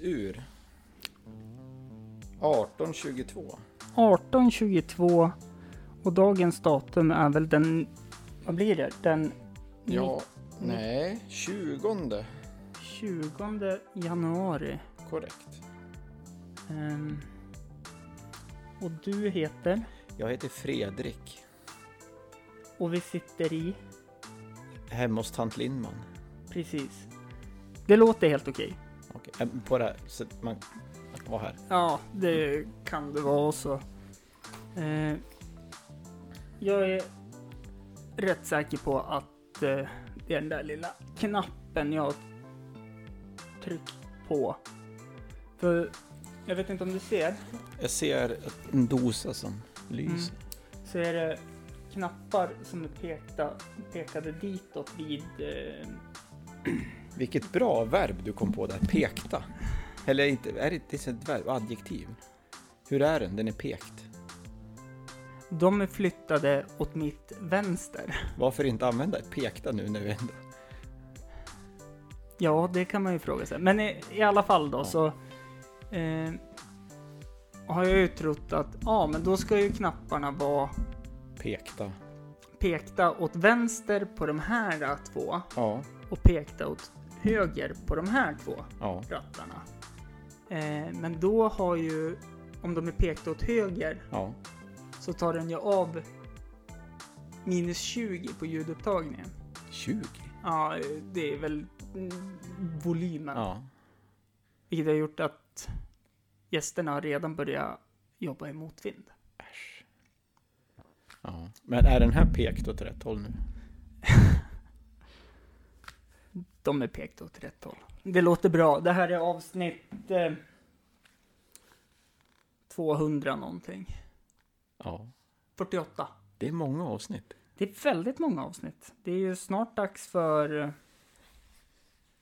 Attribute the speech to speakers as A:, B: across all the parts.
A: ur. 1822.
B: 1822 och dagens datum är väl den... Vad blir det? Den
A: Ja, nej, 20
B: 20 januari.
A: korrekt.
B: Ehm, och du heter?
A: Jag heter Fredrik.
B: Och vi sitter i?
A: Hemma hos tant Lindman.
B: Precis. Det låter helt okej.
A: Okej, eh, på det här, så att man att vara här.
B: Ja, det kan det vara också. Eh, jag är rätt säker på att eh, det är den där lilla knappen jag har tryckt på. För jag vet inte om du ser,
A: Jag ser ett- en dosa som lyser.
B: så är det knappar som är pekta, pekade ditåt vid... Eh,
A: Vilket bra verb du kom på där, pekta. Eller inte, är det, det är ett verb, adjektiv. Hur är den? Den är pekt.
B: de är flyttade åt mitt vänster.
A: Varför inte använda ett pekta nu när vi ändå...
B: Ja, det kan man ju fråga sig. Men i, i alla fall då så eh, har jag ju trott att ja, men då ska ju knapparna vara
A: Pekta.
B: pekta åt vänster på de här eh, två
A: Ja,
B: och pekta åt höger på de här två
A: ja.
B: rattarna. Eh, men då har ju, om de är pekta åt höger,
A: Ja,
B: så tar den ju av minus 20 på ljudupptagningen.
A: 20.
B: Ja, eh, det är väl mm, volymen.
A: Ja.
B: Vilket har gjort att gästerna har redan börjat jobba i motvind.
A: Äsch. Ja. Men är den här pekt åt rätt håll nu?
B: De är pekt åt rätt håll. Det låter bra. Det här är avsnitt eh, 200 någonting.
A: Ja.
B: 48.
A: Det är många avsnitt.
B: Det är väldigt många avsnitt. Det är ju snart dags för eh,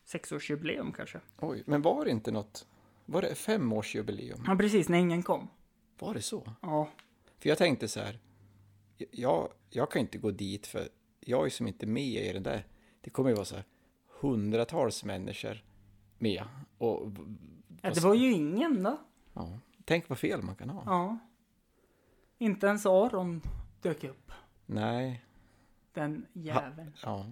B: sexårsjubileum kanske.
A: Oj, men var det inte något... Var det femårsjubileum?
B: Ja, precis. När ingen kom.
A: Var det så?
B: Ja,
A: För jag tänkte så här, jag, jag kan inte gå dit för jag är som inte med i det där. Det kommer ju vara så här hundratals människor med. Och,
B: Ja, det var ju ingen då.
A: ja, tänk vad fel man kan ha.
B: Ja. Inte ens Aron dök upp.
A: Nej,
B: Den jäveln.
A: ja.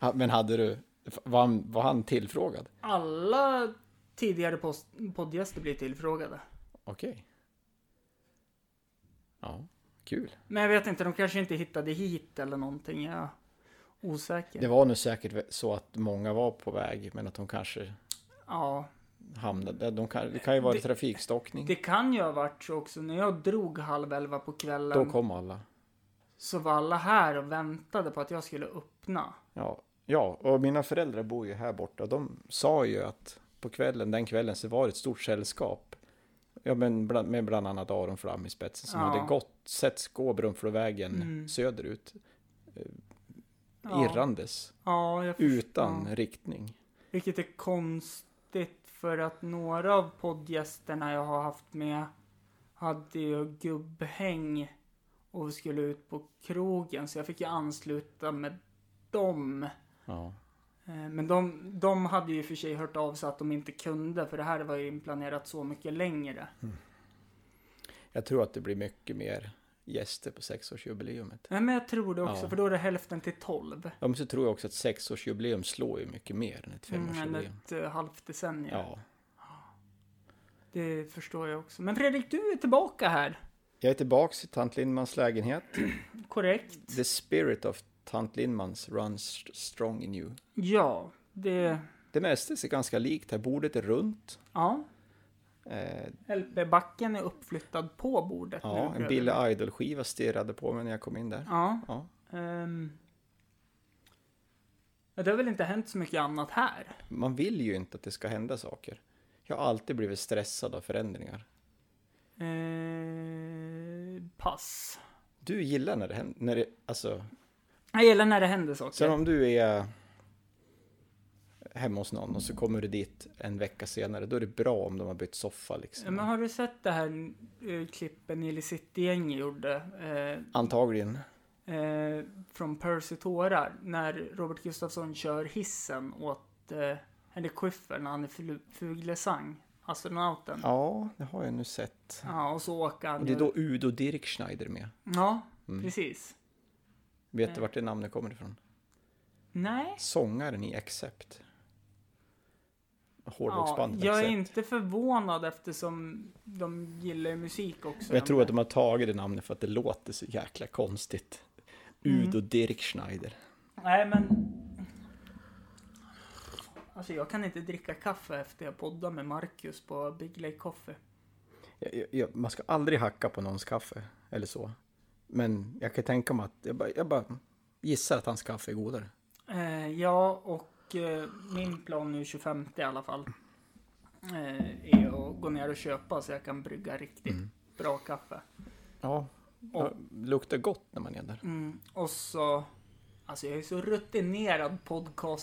A: Ha- Men hade du, var han, var han tillfrågad?
B: Alla tidigare post- poddgäster blir tillfrågade.
A: Okej. Ja, kul.
B: Men jag vet inte, de kanske inte hittade hit eller någonting. Jag är osäker.
A: Det var nog säkert så att många var på väg, men att de kanske
B: Ja,
A: hamnade, de kan, det kan ju vara
B: Det-
A: trafikstockning.
B: det kan ju ha varit så också. När jag drog halv elva på
A: Då
B: kvällen
A: kom alla.
B: så var alla här och väntade på att jag skulle öppna.
A: Ja, ja, och mina föräldrar bor ju här borta. De sa ju att på kvällen, den kvällen, så var det ett stort sällskap. Ja, men bland, med bland annat Aron Flam i spetsen som
B: Ja.
A: hade gått, setts gå Brunflovägen
B: Mm.
A: söderut,
B: Ja,
A: irrandes,
B: ja jag förstår.
A: utan
B: Ja.
A: riktning.
B: Vilket är konstigt för att några av poddgästerna jag har haft med hade ju gubbhäng och skulle ut på krogen så jag fick ju ansluta med dem.
A: Ja.
B: Eh, Men de, de hade ju för sig hört av sig att de inte kunde för det här var ju inplanerat så mycket längre.
A: Jag tror att det blir mycket mer gäster på sexårsjubileumet.
B: Nej men jag tror det också
A: Ja.
B: för då är det hälften till tolv.
A: Ja, men så tror jag också att sexårsjubileum slår ju mycket mer än ett
B: Mm,
A: femårsjubileum.
B: än ett eh, halvt decennium.
A: ja.
B: Det förstår jag också. Men Fredrik, du är tillbaka här.
A: Jag är tillbaks i tant Lindmans lägenhet.
B: Korrekt.
A: The spirit of tant Lindmans runs strong in you.
B: Ja, det...
A: Det mesta ser ganska likt här. Bordet är runt.
B: Ja.
A: Eh,
B: LP-backen är uppflyttad på bordet. nu,
A: ja, en
B: bröder.
A: Billy Idol-skiva stirrade på mig när jag kom in där.
B: Ja.
A: Ja.
B: ehm. ja. Det har väl inte hänt så mycket annat här.
A: Man vill ju inte att det ska hända saker. Jag har alltid blivit stressad av förändringar.
B: Eh, pass.
A: Du gillar när det händer, när det, alltså,
B: Jag gillar när det händer saker.
A: sen om du är hemma hos någon och så kommer du dit en vecka senare, då är det bra om de har bytt soffa
B: Ja, Men
A: liksom.
B: Ehm, har du sett det här eh, klippet Nile City-gäng gjorde? Eh,
A: Antagligen.
B: eh, från Percy Tårar. När Robert Gustafsson kör hissen åt eh, Henrik Schyffert när han är flu- fuglesang. astronauten.
A: Ja, det har jag nu sett.
B: Ja, och så åker han.
A: Och det är
B: ju-
A: då Mm. Udo Dirk Schneider med.
B: Ja, precis.
A: Vet du vart det namnet kommer ifrån?
B: Nej.
A: Sångaren i Accept.
B: Ja,
A: Hårdrocksbandet
B: jag är
A: Accept.
B: inte förvånad eftersom de gillar ju musik också.
A: Och jag tror att de har tagit det namnet för att det låter så jäkla konstigt.
B: Mm.
A: Udo Dirk Schneider.
B: Nej, men... Alltså jag kan inte dricka kaffe efter jag poddar med Marcus på Big Lake Coffee.
A: Jag, jag, jag, man ska aldrig hacka på någons kaffe eller så. Men jag kan tänka mig att jag bara, jag bara gissar att hans kaffe är godare.
B: Eh, ja, och eh, min plan nu 25 i alla fall eh, är att gå ner och köpa så jag kan brygga riktigt
A: Mm.
B: bra kaffe.
A: Ja,
B: Och-
A: det luktar gott när man är där.
B: Mm, och så, alltså jag är så rutinerad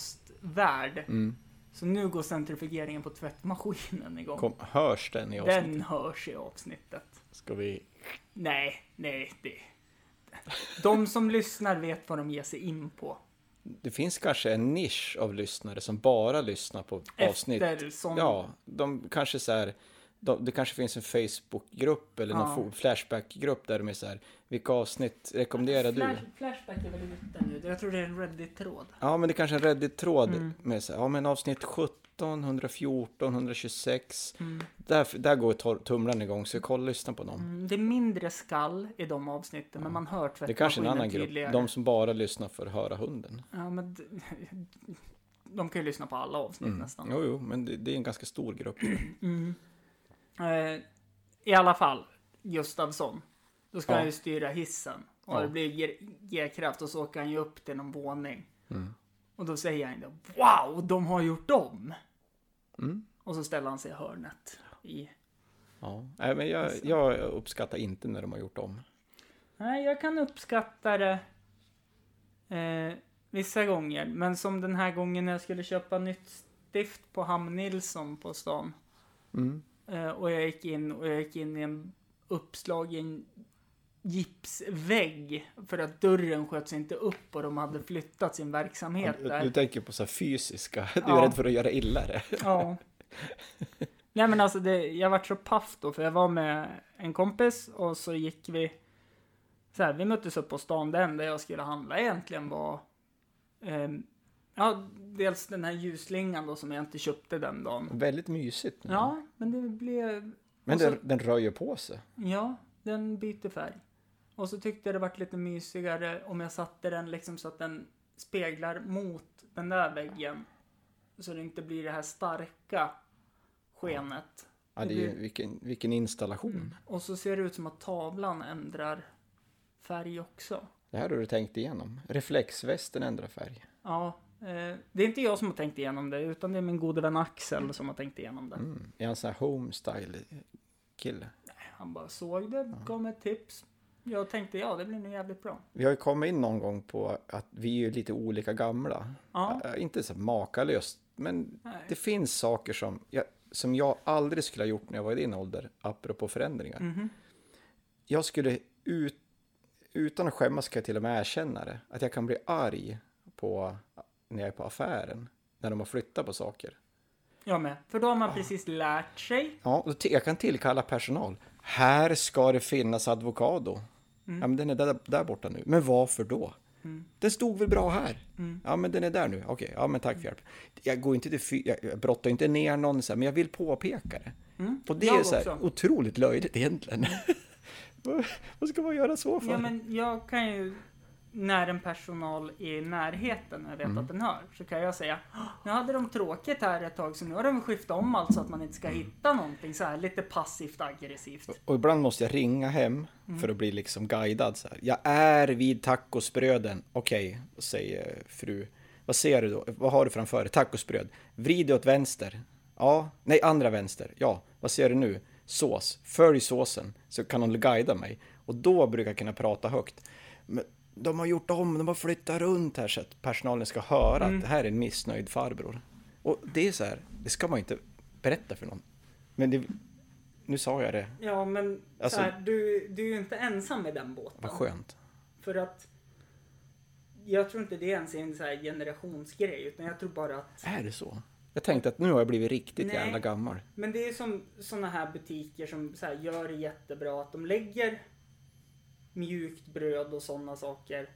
B: podcastvärd.
A: Mm.
B: Så nu går centrifugeringen på tvättmaskinen igång.
A: Kom, hörs den i oss?
B: Den hörs i avsnittet.
A: Ska vi...
B: Nej, nej, det... De som lyssnar vet vad de ger sig in på.
A: Det finns kanske en nisch av lyssnare som bara lyssnar på avsnitt.
B: Efter sån...
A: Ja, de kanske så här, de, det kanske finns en Facebookgrupp eller någon
B: Ja.
A: fo- Flashbackgrupp där de är så här, vilka avsnitt rekommenderar
B: Flash,
A: du?
B: flashback är väl ute nu. Jag tror det är en Reddit-tråd.
A: Ja, men det kanske är en Reddit-tråd
B: Mm.
A: med så här, ja men avsnitt 17, 114, 126. Där, där går tor- tumlaren igång, så kolla och lyssna på dem.
B: Mm, det är mindre skall i de avsnitten, men man hör
A: Det är kanske en annan
B: tvättmaskinen
A: grupp,
B: tydligare.
A: de som bara lyssnar för att höra hunden.
B: Ja, men... d- De kan ju lyssna på alla avsnitt
A: Mm,
B: nästan.
A: Jo, jo, men det, det är en ganska stor grupp.
B: Eh, I alla fall, Gustavsson. Då ska
A: Ja.
B: han ju styra hissen. Och
A: Ja.
B: det blir G- G-kraft och så åker han ju upp till någon våning. Och då säger han då Wow, de har gjort om!
A: Mm.
B: Och så ställer han sig i hörnet. I...
A: Ja. Nej, men jag, jag uppskattar inte när de har gjort om.
B: Nej, jag kan uppskatta det eh, vissa gånger. Men som den här gången när jag skulle köpa nytt stift på Ham Nilsson på stan.
A: Mm.
B: Eh, och jag gick in och jag gick in i en uppslagen gipsvägg för att dörren sköts inte upp och de hade flyttat sin verksamhet
A: Du, du
B: där.
A: tänker på så här fysiska, du är
B: Ja.
A: rädd för att göra illa det.
B: Ja. Nej men alltså det, jag vart så paff då för jag var med en kompis och så gick vi så här, vi möttes upp på stan. Det enda jag skulle handla egentligen var ehm, ja, dels den här ljusslingan då som jag inte köpte den dagen.
A: Väldigt mysigt. nu.
B: Ja, men det blev
A: Men
B: och så-
A: den, den rör ju på sig.
B: Ja, den byter färg. Och så tyckte jag det vart lite mysigare om jag satte den liksom så att den speglar mot den där väggen. Så det inte blir det här starka skenet.
A: Ja, det är
B: Mm.
A: ju, vilken, vilken installation.
B: Och så ser det ut som att tavlan ändrar färg också.
A: Det här har du tänkt igenom. Reflexvästen ändrar färg.
B: Ja, eh, det är inte jag som har tänkt igenom det utan det är min gode vän Axel som har tänkt igenom det.
A: Mm. Är han sån här homestyle-kille?
B: Han bara såg det, gav mig ett tips. Jag tänkte ja, det blir nog jävligt bra.
A: Vi har ju kommit in någon gång på att vi är ju lite olika gamla.
B: Ja.
A: Ä- Inte så makalöst, men
B: Nej.
A: det finns saker som jag, som jag aldrig skulle ha gjort när jag var i din ålder, apropå förändringar.
B: Mhm.
A: Jag skulle, ut, utan att skämmas ska jag till och med erkänna det, att jag kan bli arg på, när jag är på affären, när de har flyttat på saker.
B: Jag med. För då har man precis lärt sig
A: Ja, och till- jag kan tillkalla personal. Här ska det finnas avokado.
B: Mm.
A: Ja, men den är där, där borta nu. Men varför då? Den stod väl bra här?
B: Mm.
A: Ja, men den är där nu. Okej, ja men tack för hjälp. Jag går inte till fy- jag- jag brottar inte ner någon, så här, men jag vill påpeka det. Och det
B: Mm. Jag
A: är så här,
B: också.
A: otroligt löjligt egentligen. Vad- Vad ska man göra så för?
B: Ja, men jag kan ju, när en personal är i närheten och jag vet
A: Mm.
B: att den hör, så kan jag säga "Åh, nu hade de tråkigt här ett tag så nu har de skiftat om allt så att man inte ska
A: Mm.
B: hitta någonting så här lite passivt aggressivt.
A: Och ibland måste jag ringa hem för att bli liksom guidad. Så här. Jag är vid tacosbröden. Okej, säger fru. Vad ser du då? Vad har du framför dig? Tacosbröd. Vrid det åt vänster. Ja, nej, andra vänster. Ja, vad ser du nu? Sås. Följ såsen så kan hon guida mig. Och då brukar jag kunna prata högt. Men de har gjort om, de har flyttat runt här så att personalen ska höra att det här är en missnöjd farbror. Och det är så här, det ska man inte berätta för någon. Men det, nu sa jag det.
B: Ja, men
A: Alltså-
B: så här, du, du är ju inte ensam i den båten.
A: Vad skönt.
B: För att jag tror inte det ens är en så här generationsgrej, utan jag tror bara att
A: Är det så? Jag tänkte att nu har jag blivit riktigt
B: Nej.
A: jävla gammal.
B: Men det är som sådana här butiker som så här gör det jättebra att de lägger mjukt bröd och sådana saker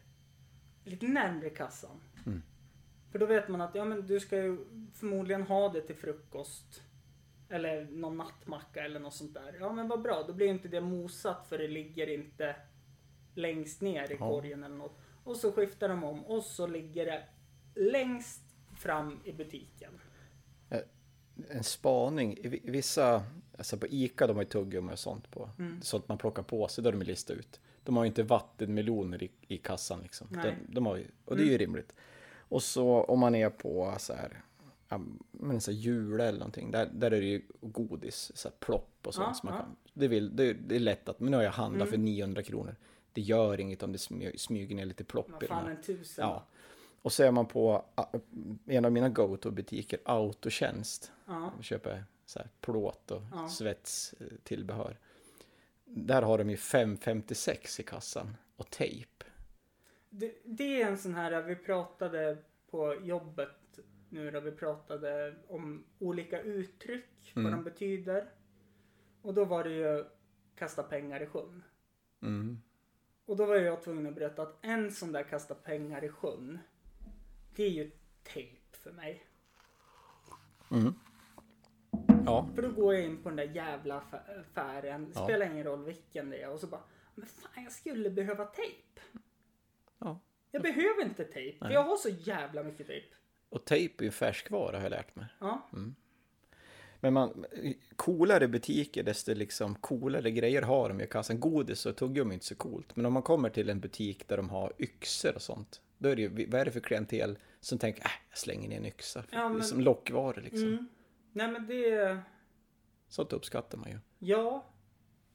B: lite närmre kassan.
A: Mm.
B: För då vet man att ja, men du ska ju förmodligen ha det till frukost. Eller någon nattmacka eller något sånt där. Ja men vad bra, då blir ju inte det mosat för det ligger inte längst ner i
A: Ja.
B: korgen eller något. Och så skiftar de om och så ligger det längst fram i butiken.
A: en spaning. I vi- Vissa, alltså på Ica de har ju tuggummi och sånt på.
B: Mm.
A: Sånt man plockar på sig, då har de ju listat ut. De har ju inte vattenmeloner i, i kassan liksom. De,
B: Nej. Mm.
A: de har ju, och det är ju rimligt. Och så om man är på så här, ja, men så här jula eller någonting, där, där är det ju godis, så här plopp och sånt.
B: Ja,
A: som man
B: ja.
A: kan,
B: Mm.
A: det, vill, det, det är lätt att, men nu har jag handlat för 900 kronor. Det gör inget om det smyger, smyger ner lite plopp
B: Vad
A: i den
B: fan
A: här.
B: en tusen?
A: Ja. Och så är man på ah, en av mina go-to-butiker, Autotjänst.
B: Ja.
A: Man köper så här plåt och
B: Ja.
A: svetstillbehör. Där har de ju 5,56 i kassan och tejp.
B: Det, det är en sån här, vi pratade på jobbet nu då, vi pratade om olika uttryck, vad de betyder. Och då var det ju kasta pengar i sjön.
A: Mm.
B: Och då var jag tvungen att berätta att en sån där kasta pengar i sjön, det är ju tejp för mig.
A: Ja,
B: För då går jag in på den där jävla affä- affären, det
A: Ja.
B: spelar ingen roll vilken det är, och så bara, men fan jag skulle behöva tejp.
A: ja.
B: Jag behöver inte tejp, för jag har så jävla mycket tejp.
A: Och tejp är ju färskvara har jag lärt mig.
B: Ja.
A: Men man, coolare butiker desto liksom coolare grejer har de i kassan. Godis och tuggummi är inte så coolt. Men om man kommer till en butik där de har yxor och sånt. Då är det ju, vad är det för klientel som tänker, äh, jag slänger ner en yxa.
B: Ja, men-
A: Det är som lockvaror liksom.
B: Mm. Nej men det...
A: Sånt uppskattar man ju.
B: Ja.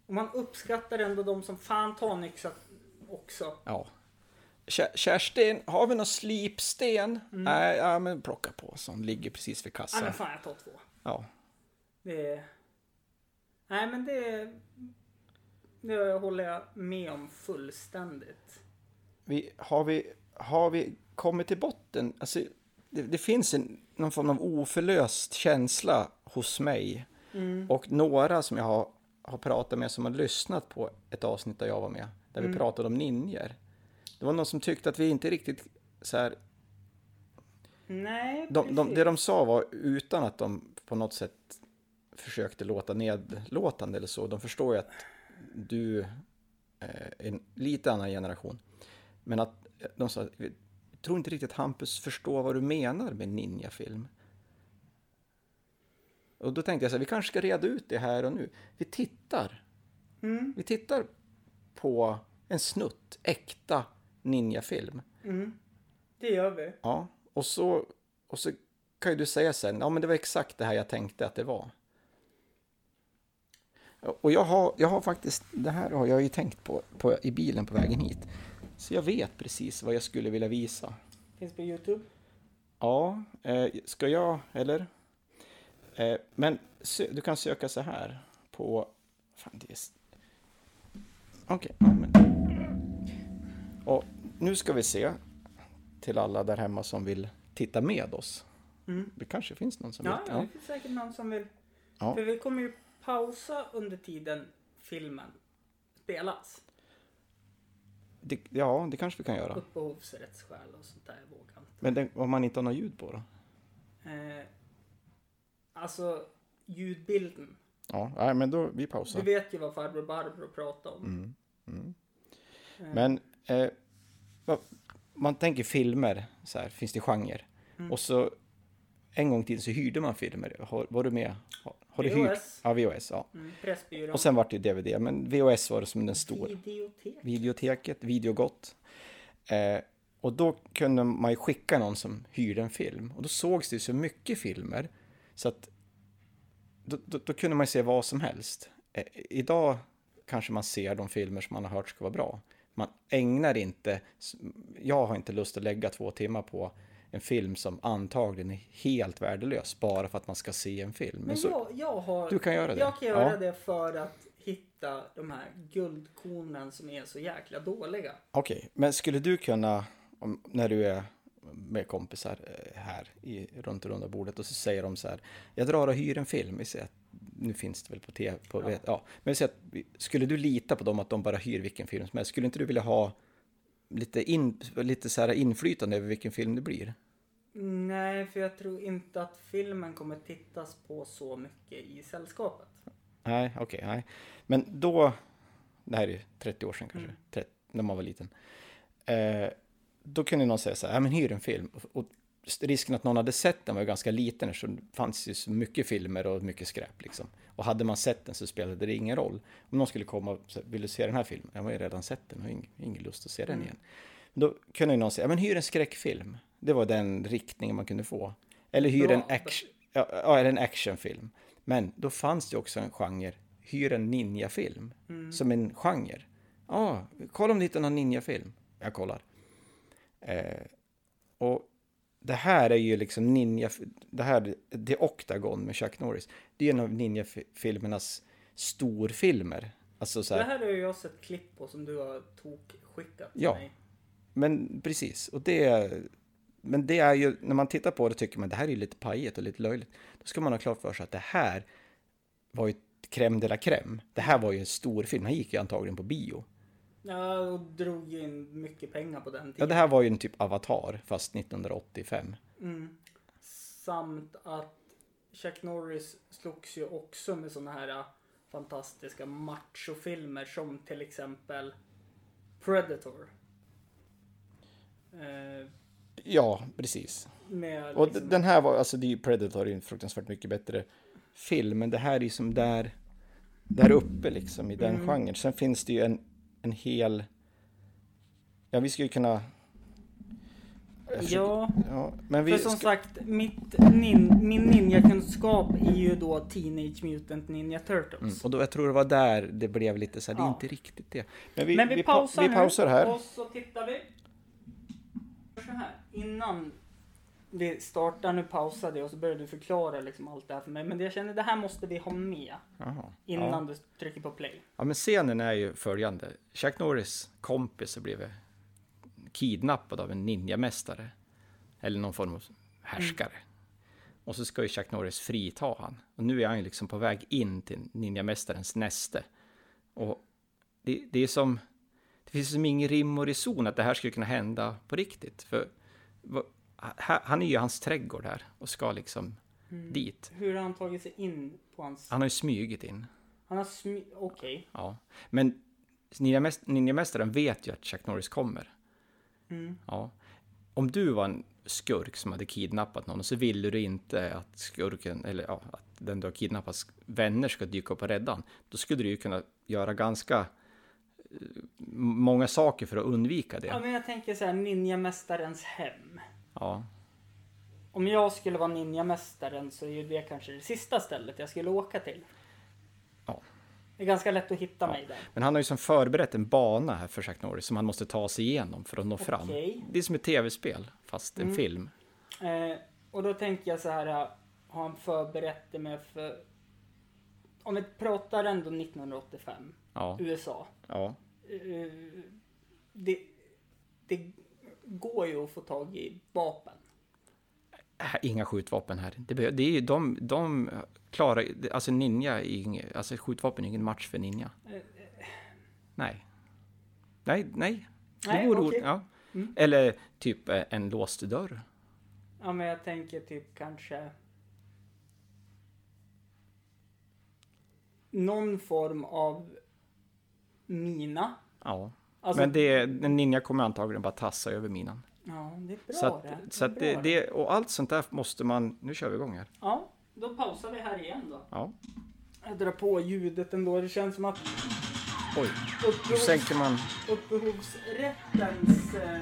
B: Och man uppskattar ändå de som fan tar en yxa också.
A: Ja. Kä- Kerstin, har vi någon slipsten? Nej, ja, men plocka på sån. Ligger precis vid
B: Nej
A: kassan.
B: Mm. men fan jag tar två.
A: Ja.
B: Det är... Nej men det... Det håller jag med om fullständigt.
A: Vi, har, vi, har vi kommit till botten? Alltså, det, det finns en, någon form av oförlöst känsla hos mig. Och några som jag har, har pratat med som har lyssnat på ett avsnitt där jag var med. Där vi pratade om ninjer. Det var någon som tyckte att vi inte riktigt så här,
B: Nej
A: de, de,
B: precis.
A: det de sa var utan att de på något sätt försökte låta nedlåtande eller så. De förstår ju att du eh, är en lite annan generation. Men att eh, de sa, jag tror inte riktigt Hampus förstår vad du menar med ninjafilm. Och då tänkte jag så här, vi kanske ska reda ut det här och nu. Vi tittar.
B: Mm.
A: Vi tittar på en snutt, äkta ninjafilm.
B: Mm. Det gör vi.
A: Ja, och så, och så kan ju du säga sen, ja men det var exakt det här jag tänkte att det var. Och jag har, jag har faktiskt, det här har jag ju tänkt på, på i bilen på vägen hit. Så jag vet precis vad jag skulle vilja visa.
B: Finns på Youtube.
A: Ja, eh, ska jag, eller? Eh, men sö- du kan söka så här på... Fan, det är... s- Okej, ja, men... Och nu ska vi se till alla där hemma som vill titta med oss.
B: Mm.
A: Det kanske finns någon som
B: Ja,
A: vill.
B: ja, det finns säkert någon som vill.
A: Ja.
B: För vi kommer ju pausa under tiden filmen spelas.
A: Det, ja, det kanske vi kan göra.
B: Upphovsrättsskäl och sånt där vågar jag inte.
A: Men det, om man inte har något ljud på då?
B: Eh, alltså ljudbilden.
A: Ja, nej, men då, vi
B: Du
A: pausar.
B: vet ju vad farbror Barbro pratar
A: Mm.
B: om.
A: Men eh, vad- man tänker filmer, så här, finns det genre? Och så en gång till så hyrde man filmer. Har, var du med? Har, har du hyrt?
B: VHS.
A: Ja, VHS. Ja.
B: Mm. Pressbyrån.
A: Och sen vart det DVD, men VHS var det Mm, som den stora.
B: Videotek.
A: Videoteket, Videogott. Eh, och då kunde man ju skicka någon som hyrde en film. Och då sågs det ju så mycket filmer så att då, då, då kunde man ju se vad som helst. Eh, idag kanske man ser de filmer som man har hört ska vara bra. Man ägnar inte, jag har inte lust att lägga två timmar på en film som antagligen är helt värdelös bara för att man ska se en film. Men
B: Men
A: så,
B: jag, jag har...
A: du kan göra det.
B: Jag kan göra
A: Ja.
B: det för att hitta de här guldkornen som är så jäkla dåliga.
A: Okej, men skulle du kunna, om, när du är med kompisar eh, här i, runt runda bordet och så säger de så här, jag drar och hyr en film, vi ser att, nu finns det väl på tv, på, ja. ja. men vi säger att, vi- skulle du lita på dem att de bara hyr vilken film som helst, skulle inte du vilja ha lite, in, lite så här inflytande över vilken film det blir?
B: Nej, för jag tror inte att filmen kommer tittas på så mycket i sällskapet.
A: Nej, okej, nej. Men då, det här är ju 30 år sedan kanske, 30, när man var liten. Eh, då kunde någon säga så här, "Ja, men hyr en film. Och, och risken att någon hade sett den var ju ganska liten eftersom det fanns ju så mycket filmer och mycket skräp liksom. Och hade man sett den så spelade det ingen roll. Om någon skulle komma och säga, vill du se den här filmen? Jag har ju redan sett den, jag har ing- ingen lust att se den igen. Men då kunde ju någon säga, "Ja, men hyr en skräckfilm. Det var den riktningen man kunde få. Eller hyr
B: Bra.
A: en action, ja, ja, eller en actionfilm. Men då fanns det också en genre, hyr en ninjafilm, som en genre. Ja, kolla om du hittar någon ninjafilm. Jag kollar. Eh, och det här är ju liksom ninja, det här, The Octagon med Chuck Norris, det är en av ninjafilmernas storfilmer. Alltså så
B: Det
A: här,
B: här har ju jag sett klipp på som du har tokskickat till
A: Ja.
B: mig.
A: men precis, och det, men det är ju, när man tittar på det tycker man det här är ju lite pajigt och lite löjligt. Då ska man ha klart för sig att det här var ju crème de la crème. Det här var ju en stor film, han gick ju antagligen på bio.
B: Ja, och drog ju in mycket pengar på den
A: Ja,
B: tiden.
A: det här var ju en typ Avatar, fast 1985.
B: Mm. Samt att Chuck Norris slogs ju också med såna här äh, fantastiska machofilmer som till exempel Predator. Eh,
A: Ja, precis.
B: med
A: Och d-
B: liksom,
A: den här var, alltså det är ju Predator är ju en fruktansvärt mycket bättre film, men det här är ju som där, där uppe liksom i den
B: Mm.
A: genren. Sen finns det ju en, en hel, ja vi skulle ju kunna... Jag försöker-
B: ja,
A: ja. Men vi,
B: för som
A: ska,
B: sagt, mitt nin, min ninjakunskap är ju då Teenage Mutant Ninja Turtles.
A: Mm. och då, jag tror det var där det blev lite så här, det är
B: Ja.
A: inte riktigt det. Men vi,
B: Men vi,
A: vi, pa-
B: pausar,
A: vi pausar
B: nu
A: här.
B: och så tittar vi. Så här, innan vi startar, nu pausade jag och så började du förklara liksom allt det här för mig. Men jag känner det här måste vi ha med
A: Jaha.
B: innan
A: Ja.
B: du trycker på play.
A: Ja, men scenen är ju följande. Chuck Norris kompis har blivit kidnappad av en ninjamästare. Eller någon form av härskare. Och så ska ju Chuck Norris frita han. Och nu är han ju liksom på väg in till ninjamästarens näste. Och det, det är som... Det finns som ingen rim och reson att det här skulle kunna hända på riktigt. För vad- ha- han är ju i hans trädgård här och ska liksom dit.
B: Hur har han tagit sig in på hans...
A: Han har ju smugit in.
B: Han har smy... Okej.
A: Ja, men ninjamäst- ninjamästaren vet ju att Chuck Norris kommer.
B: Mm.
A: Ja. Om du var en skurk som hade kidnappat någon och så ville du inte att skurken, eller ja, att den du har kidnappat vänner ska dyka upp och rädda han, då skulle du ju kunna göra ganska eh, många saker för att undvika
B: Ja
A: det.
B: men jag tänker så här, ninjamästarens hem.
A: Ja,
B: Om jag skulle vara ninjamästaren så är ju det kanske det sista stället jag skulle åka till.
A: ja.
B: Det är ganska lätt att hitta mig där.
A: Men han har ju som förberett en bana här för Chuck Norris som han måste ta sig igenom för att nå fram.
B: Okej. Mm.
A: Det är som ett tv-spel, fast en film.
B: Eh, och då tänker jag så här, eh, har han förberett det med för... Om vi pratar ändå 1985,
A: Ja,
B: USA.
A: ja.
B: Eh, det, det går ju att få tag i vapen.
A: Äh, Inga skjutvapen här. Det, behö- det är ju de, de klarar alltså ninja är inget, alltså skjutvapen är ingen match för ninja.
B: Eh,
A: Nej. Nej, nej. Det
B: Nej,
A: vore o-
B: okej. Mm.
A: ja. Eller typ eh, en låst dörr.
B: Ja, men jag tänker typ kanske... Någon form av mina.
A: Ja.
B: Alltså-
A: Men det, en ninja kommer antagligen bara tassa över minan.
B: Ja, det är bra
A: så att,
B: det.
A: så att
B: är
A: det,
B: bra
A: det, och allt sånt där måste man, nu kör vi igång här.
B: Ja, då pausar vi här igen då.
A: Ja.
B: Jag drar på ljudet ändå. Det känns som att
A: Oj, nu
B: upphovs-
A: sänker man.
B: Upphovsrättens eh,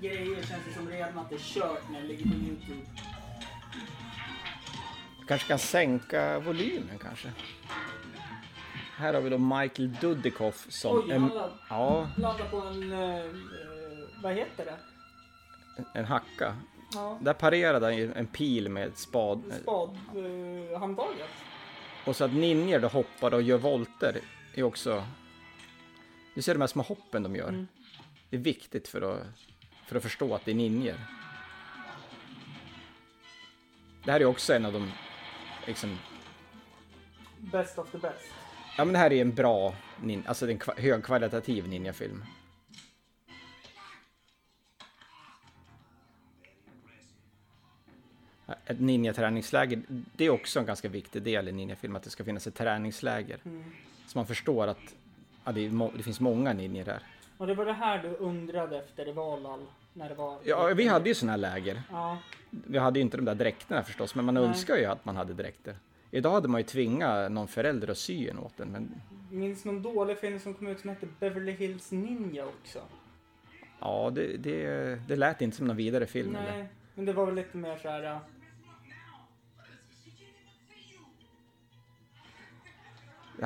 B: grejer känns det som redan att det är kört när det ligger på Youtube.
A: kanske kan sänka volymen kanske. Här har vi då Michael Dudikoff som...
B: Oj, han la-
A: ja,
B: Landa på en, eh, eh, vad heter det?
A: en hacka.
B: Ja,
A: Där parerade han ju en pil med ett spad.
B: spadhandtaget. Eh, handtaget.
A: Och så att ninjor då hoppar och gör volter är också... Du ser de här små hoppen de gör. Det är viktigt för att, för att förstå att det är ninjor. Det här är också en av de... Liksom,
B: Best of the best.
A: ja, men det här är en bra, nin, alltså det är en kva- högkvalitativ ninjafilm. Ett ninjaträningsläger, det är också en ganska viktig del i ninjafilm, att det ska finnas ett träningsläger.
B: Mm.
A: Så man förstår att ja, det, är må, det finns många ninjor där.
B: Och det var det här du undrade efter i Valhall? När det var...
A: Ja, vi hade ju sådana här läger.
B: Ja.
A: Vi hade ju inte de där dräkterna förstås, men man
B: Nej.
A: önskar ju att man hade dräkter. Idag hade man ju tvingat någon förälder att sy en åt en, men
B: Minns någon dålig film som kom ut som hette Beverly Hills Ninja också?
A: ja, det, det, det lät inte som någon vidare film.
B: Nej,
A: Eller?
B: men det var väl lite mer så här... eh, ja.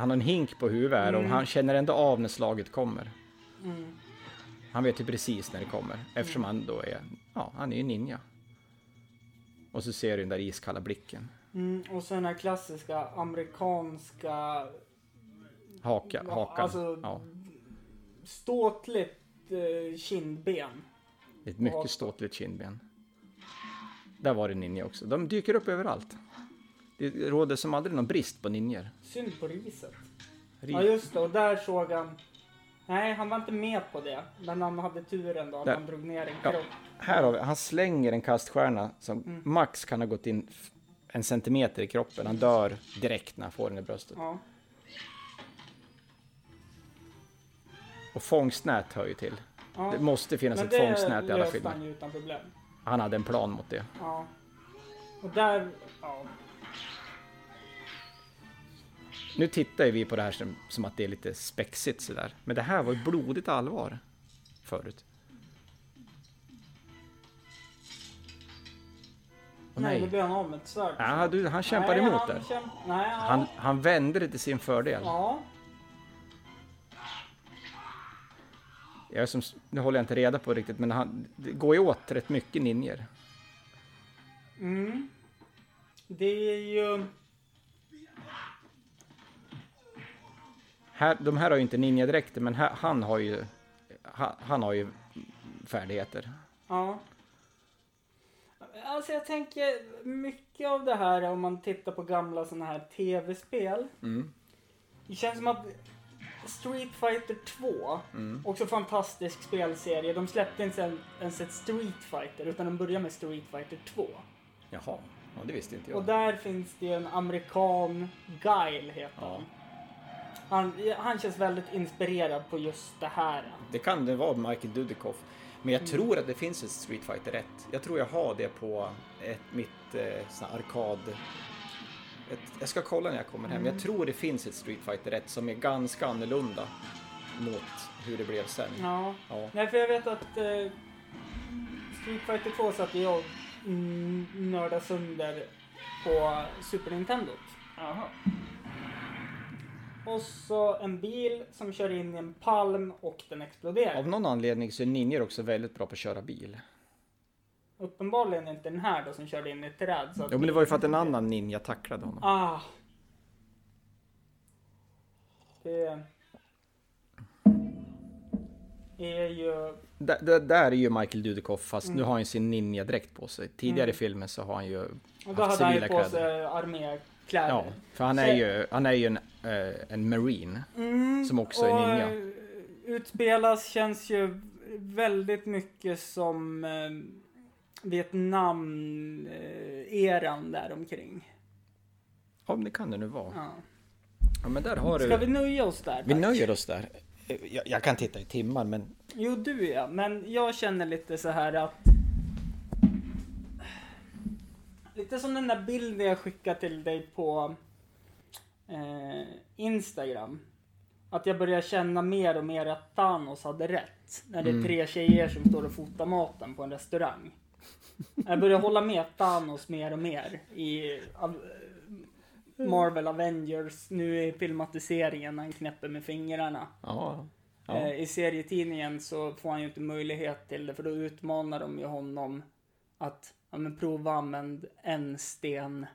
A: Han har en hink på huvudet här och
B: Mm.
A: han känner ändå av när slaget kommer.
B: Mm.
A: Han vet ju precis när det kommer eftersom han då är, ja, han är ju ninja. Och så ser du den där iskalla blicken.
B: Mm, och så den här klassiska amerikanska
A: Haka,
B: Ja,
A: hakan.
B: alltså-
A: ja,
B: ståtligt eh, kindben.
A: det är ett mycket
B: haka.
A: ståtligt kindben. Där var det ninja också. De dyker upp överallt. Det råder som aldrig någon brist på ninjor.
B: Synd på riset.
A: Ri-
B: Ja just det, och där såg han... Nej, han var inte med på det. Men han hade turen då, att
A: Där.
B: han drog ner en
A: Ja.
B: kropp.
A: Här har vi, han slänger en kaststjärna som
B: Mm.
A: max kan ha gått in f- en centimeter i kroppen. Han dör direkt när han får den i bröstet.
B: Ja.
A: Och fångstnät hör ju till.
B: Ja.
A: Det måste finnas
B: Men
A: ett
B: det
A: fångstnät i alla
B: löste
A: filmer.
B: han ju utan problem.
A: Han hade en plan mot det.
B: Ja. Och där... Ja.
A: Nu tittar ju vi på det här som, som att det är lite spexigt sådär. Men det här var ju blodigt allvar förut. Åh,
B: nej. då
A: nej.
B: blev han av med ett svärd.
A: Ja, du, han kämpade
B: nej,
A: emot
B: han
A: där.
B: Kämp... Nej, ja.
A: Han, han vände det till sin fördel.
B: Ja.
A: Jag är som, nu håller jag inte reda på riktigt, men han, det går ju åt rätt mycket ninjer.
B: Mm. Det är ju...
A: Här, de här har ju inte ninjadräkter, men här, han, har ju, han, han har ju färdigheter.
B: Ja. Alltså jag tänker mycket av det här om man tittar på gamla sådana här tv-spel. Det känns som att Street Fighter 2, också fantastisk spelserie. De släppte inte ens- ens ett Street Fighter utan de började med Street Fighter 2.
A: Jaha, ja, det visste inte
B: Och där finns det ju en amerikan, Guile heter
A: Ja.
B: han. han. Han känns väldigt inspirerad på just det här.
A: Det kan det vara Michael Dudikoff. Men
B: Mm.
A: jag tror att det finns ett Street Fighter 1. Jag tror jag har det på ett, mitt eh, sån här arkad... Ett, jag ska kolla när jag kommer hem.
B: Mm.
A: Jag tror det finns ett Street Fighter 1 som är ganska annorlunda mot hur det blev sen.
B: Ja.
A: Ja.
B: Nej, för jag vet att eh, Street Fighter 2 satt jag och mm, nördade sönder på Super Nintendo. Och så en bil som kör in i en palm och den exploderar.
A: Av någon anledning så är ninjor också väldigt bra på att köra bil.
B: Uppenbarligen inte den här då som körde in i ett träd. Så att
A: Jo men det var ju för att en annan ninja tacklade honom.
B: Ah. Det är ju...
A: Där, där, där är ju Michael Dudikoff fast
B: Mm.
A: nu har han ju sin ninjadräkt på sig. Tidigare i filmen så har han ju
B: Och då
A: haft
B: hade han ju
A: civila
B: på
A: kläder.
B: sig armékläder.
A: Ja, för han är ju, han är ju en, eh, en marine
B: Mm,
A: som också är ninja.
B: eh, Utspelas känns ju väldigt mycket som eh, Vietnam-eran däromkring.
A: Ja, men det kan det nu vara.
B: Ja.
A: Ja, men där har
B: Ska
A: du.
B: vi nöja oss där?
A: Vi
B: tack?
A: nöjer oss där. Eh, Jag, jag kan titta i timmar, men
B: Jo, du ja. Men jag känner lite så här att... Lite som den där bilden jag skickade till dig på eh, Instagram. Att jag börjar känna mer och mer att Thanos hade rätt. När det är tre tjejer som står och fotar maten på en restaurang. Jag börjar hålla med Thanos mer och mer i av, Marvel Avengers. Nu i filmatiseringen när han knäpper med fingrarna.
A: ja.
B: Eh,
A: ja.
B: I serietidningen så får han ju inte möjlighet till det för då utmanar de ju honom att ja, men prova använd en sten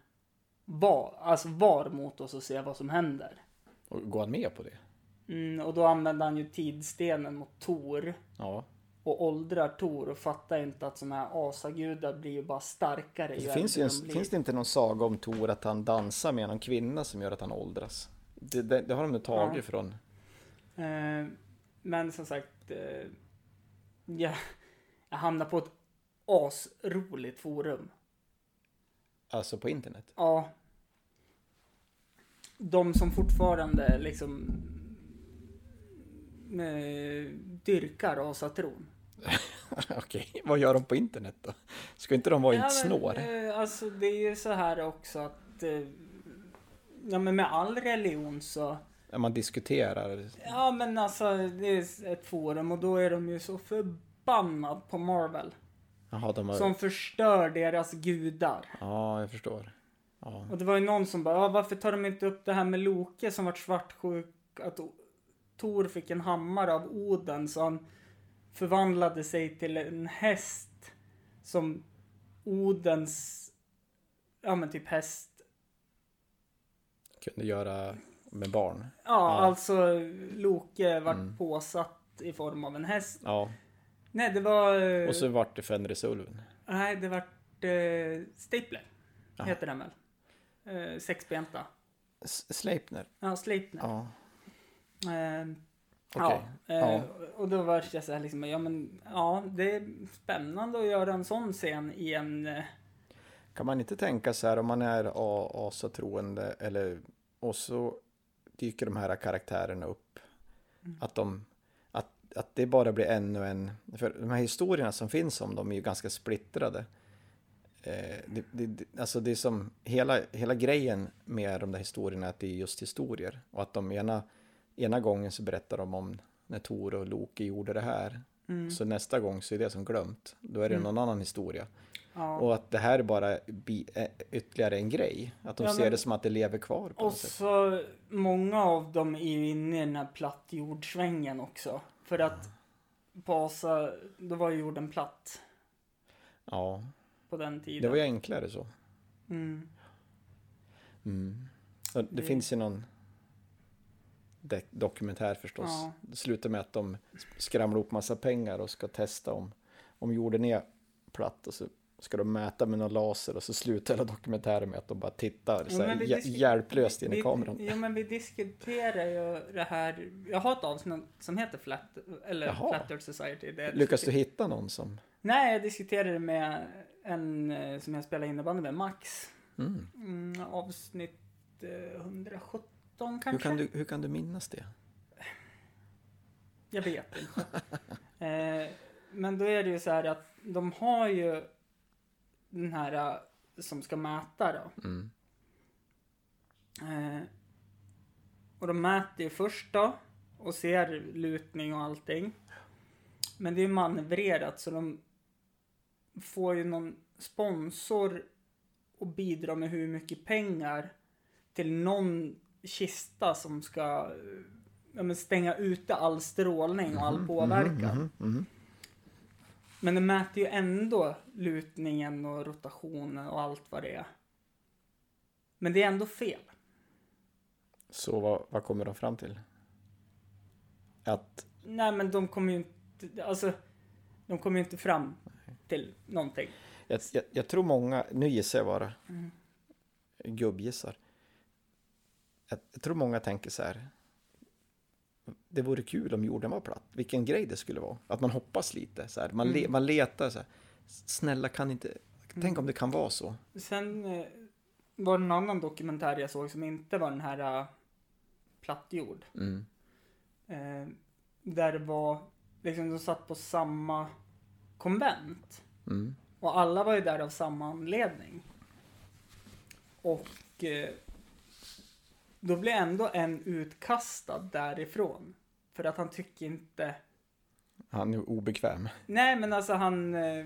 B: var, alltså var mot oss och se vad som händer.
A: Och går han med på det?
B: Mm, och då använder han ju tidsstenen mot Tor
A: Ja.
B: och åldrar Tor och fattar inte att sådana här asagudar blir ju bara starkare ju
A: Det finns, ju
B: äldre
A: en,
B: de blir.
A: finns det inte någon saga om Tor att han dansar med någon kvinna som gör att han åldras? Det, det, det har de nog tagit
B: Ja.
A: från...
B: Eh, men som sagt, eh, jag, jag hamnar på ett asroligt forum.
A: Alltså på internet.
B: Ja. De som fortfarande liksom eh, dyrkar asatron.
A: Okej, vad gör de på internet då? Ska inte de vara inte snår?
B: Men, eh, alltså det är ju så här också att eh, Ja men med all religion så
A: När man diskuterar.
B: Ja men alltså det är ett forum och då är de ju så förbannad på Marvel.
A: Jaha, de har...
B: Som förstör deras gudar.
A: Ja, jag förstår. Ja.
B: Och det var ju någon som bara, "Ja, varför tar de inte upp det här med Loke som vart svartsjuk? Att O- Thor fick en hammare av Oden så han förvandlade sig till en häst som Odens, ja men typ häst.
A: Kunde göra med barn.
B: Ja, alltså Loke vart
A: Mm.
B: påsatt i form av en häst.
A: Ja,
B: Nej, det var... eh,
A: och så vart det Fenrisulven.
B: Nej, det vart eh, Stapler. Heter den väl? Eh, sexbenta.
A: S- Sleipner.
B: Ja, Sleipner.
A: Ja.
B: Eh,
A: Okej.
B: Ja, eh,
A: Ja.
B: och då var jag så här liksom, ja men ja, det är spännande att göra en sån scen i en... eh,
A: Kan man inte tänka så här om man är a- asatroende eller och så dyker de här karaktärerna upp. Att de att, att det bara blir en och en. För de här historierna som finns om dem är ju ganska splittrade. Eh, det, det, det- alltså det är som hela, hela grejen med de där historierna är att det är just historier och att de ena, ena gången så berättar de om när Tor och Loki gjorde det här. Så nästa gång så är det som glömt. Då är det någon annan historia.
B: Ja.
A: Och att det här är bara bi- eh, ytterligare en grej. Att de
B: Ja,
A: ser
B: men-
A: det som att det lever kvar på
B: Och
A: något sätt.
B: så många av dem är ju inne i den här plattjordsvängen också. För att på Asa, då var ju jorden platt
A: Ja,
B: på den
A: det
B: tiden.
A: var ju enklare så.
B: mm.
A: Mm. Och det
B: Det-
A: finns ju någon dek- dokumentär förstås.
B: Ja.
A: Det slutar med att de skramlar ihop massa pengar och ska testa om, om jorden är platt och så ska de mäta med någon laser och så slutar hela dokumentären med att de bara tittar så här,
B: men vi
A: hjä-
B: disku-
A: hjälplöst in i
B: Vi-
A: kameran.
B: Jo men vi diskuterar ju det här. Jag har ett avsnitt som heter Flat, eller
A: Jaha.
B: Flat Earth Society. Det jag
A: Lyckas
B: diskuterar-
A: du hitta någon som...
B: Nej, jag diskuterade med en eh, som jag spelar innebandy med, Max.
A: Mm.
B: Mm, avsnitt eh, 117
A: Hur,
B: kanske?
A: kan du, hur kan du minnas det?
B: Jag vet inte. eh, men då är det ju så här att de har ju den här eh, som ska mäta då.
A: Mm.
B: Eh, och de mäter ju först då och ser lutning och allting. Men det är ju manövrerat så de får ju någon sponsor och bidrar med hur mycket pengar till någon kista som ska eh, ja, men stänga ute all strålning
A: Mm,
B: och all påverkan.
A: mhm.
B: Men de mäter ju ändå lutningen och rotationen och allt vad det är. Men det är ändå fel.
A: Så vad, vad kommer de fram till? Att,
B: Nej men de kommer ju inte, alltså de kommer ju inte fram till någonting.
A: jag, jag, jag tror många, nu gissar jag bara, gubbgissar. Jag, jag tror många tänker så här, det vore kul om jorden var platt, vilken grej det skulle vara. Att man hoppas lite, så här. Man, le, man letar så här, snälla kan inte, tänk om det kan vara så.
B: Sen eh, var det en annan dokumentär jag såg som inte var den här eh, plattjord.
A: Mm.
B: Eh, där det var, liksom de satt på samma konvent.
A: Mm.
B: Och alla var ju där av samma anledning. Och eh, då blev ändå en utkastad därifrån. För att han tycker inte
A: Han är obekväm.
B: Nej, men alltså han... Eh,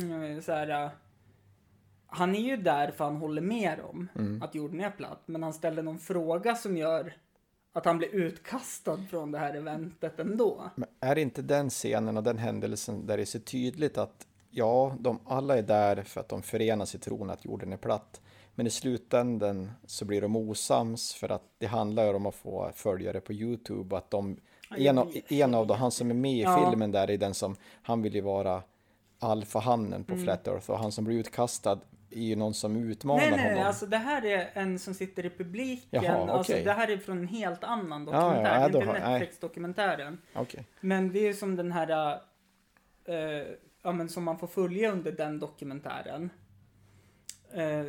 B: mm, så här, eh, han är ju där för han håller med om
A: Mm.
B: att jorden är platt. Men han ställer någon fråga som gör att han blir utkastad från det här eventet ändå.
A: Men är det inte den scenen och den händelsen där det är så tydligt att ja, de alla är där för att de förenas i tron att jorden är platt. Men i slutänden så blir de osams för att det handlar om att få följare på Youtube och att de En av, en av dem, han som är med i
B: Ja.
A: filmen där, är den som, han vill ju vara alfahannen
B: Mm.
A: på Flat Earth och han som blir utkastad är ju någon som utmanar
B: Nej, nej, nej,
A: honom.
B: alltså det här är en som sitter i publiken.
A: Jaha,
B: alltså,
A: okej.
B: det här är från en helt annan
A: ja,
B: dokumentär. det
A: ja,
B: är
A: då har-
B: inte
A: nej.
B: Netflix-dokumentären.
A: Okej.
B: Men det är som den här, eh, ja men som man får följa under den dokumentären. Eh,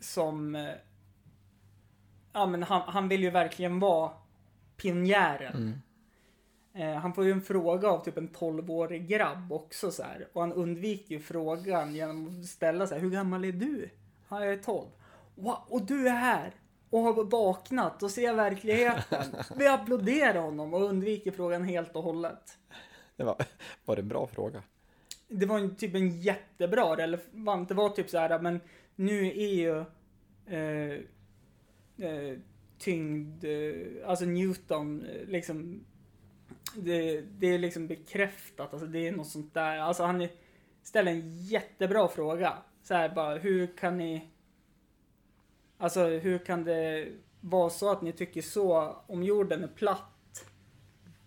B: som, eh, ja men han, han vill ju verkligen vara pionjären. Eh, han får ju en fråga av typ en 12-årig grabb också så här. Och han undviker ju frågan genom att ställa så här, hur gammal är du? Ja, jag är 12. Wow, och du är här! Och har vaknat och ser verkligheten. Vi applåderar honom och undviker frågan helt och hållet.
A: Det var, var det en bra fråga?
B: Det var ju typ en jättebra relevant. Det var typ så här, men nu är ju eh, eh, tyngd, eh, alltså Newton, eh, liksom. Det, det är liksom bekräftat, alltså det är något sånt där. Alltså han är- ställer en jättebra fråga. Så här bara, hur kan ni Alltså hur kan det vara så att ni tycker så om jorden är platt?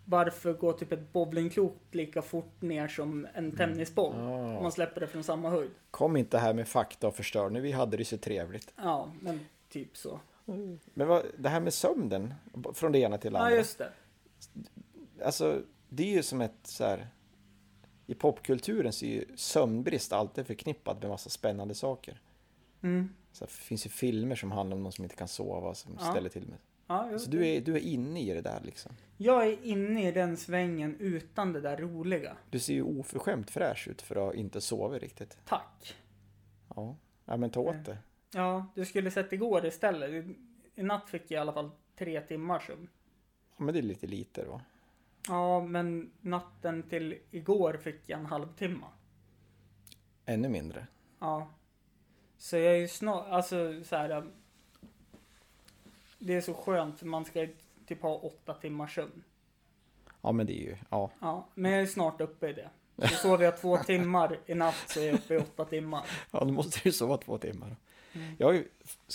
B: Varför går typ ett bowlingklot lika fort ner som en tennisboll?
A: Ah.
B: Om man släpper det från samma höjd.
A: Kom inte här med fakta och förstör nu, vi hade det så trevligt.
B: Ja, men typ så.
A: Men vad, det här med sömnen, från det ena till det
B: Ja,
A: andra.
B: just det.
A: Alltså, det är ju som ett så här... I popkulturen så är ju sömnbrist alltid förknippat med massa spännande saker.
B: Mm.
A: Så här, det finns ju filmer som handlar om någon som inte kan sova, som
B: Ja.
A: ställer till med.
B: Ja, just
A: Så
B: det.
A: du är, du är inne i det där liksom.
B: Jag är inne i den svängen utan det där roliga.
A: Du ser ju oförskämt fräsch ut för att inte sova riktigt.
B: Tack.
A: Ja, ja men ta åt det.
B: Ja, du skulle sett igår istället. I- I natt fick jag i alla fall tre timmar sömn.
A: Ja, men det är lite lite då.
B: Ja, men natten till igår fick jag en halvtimme.
A: Ännu mindre.
B: Ja. Så jag är ju snart, alltså så här. um, Det är så skönt för man ska ju typ ha åtta timmars sömn.
A: Ja, men det är ju... Ja,
B: Ja, men jag är snart uppe i det. Så sover jag två timmar i natt så är jag uppe i åtta timmar.
A: ja då måste du sova två timmar.
B: Mm.
A: Jag har ju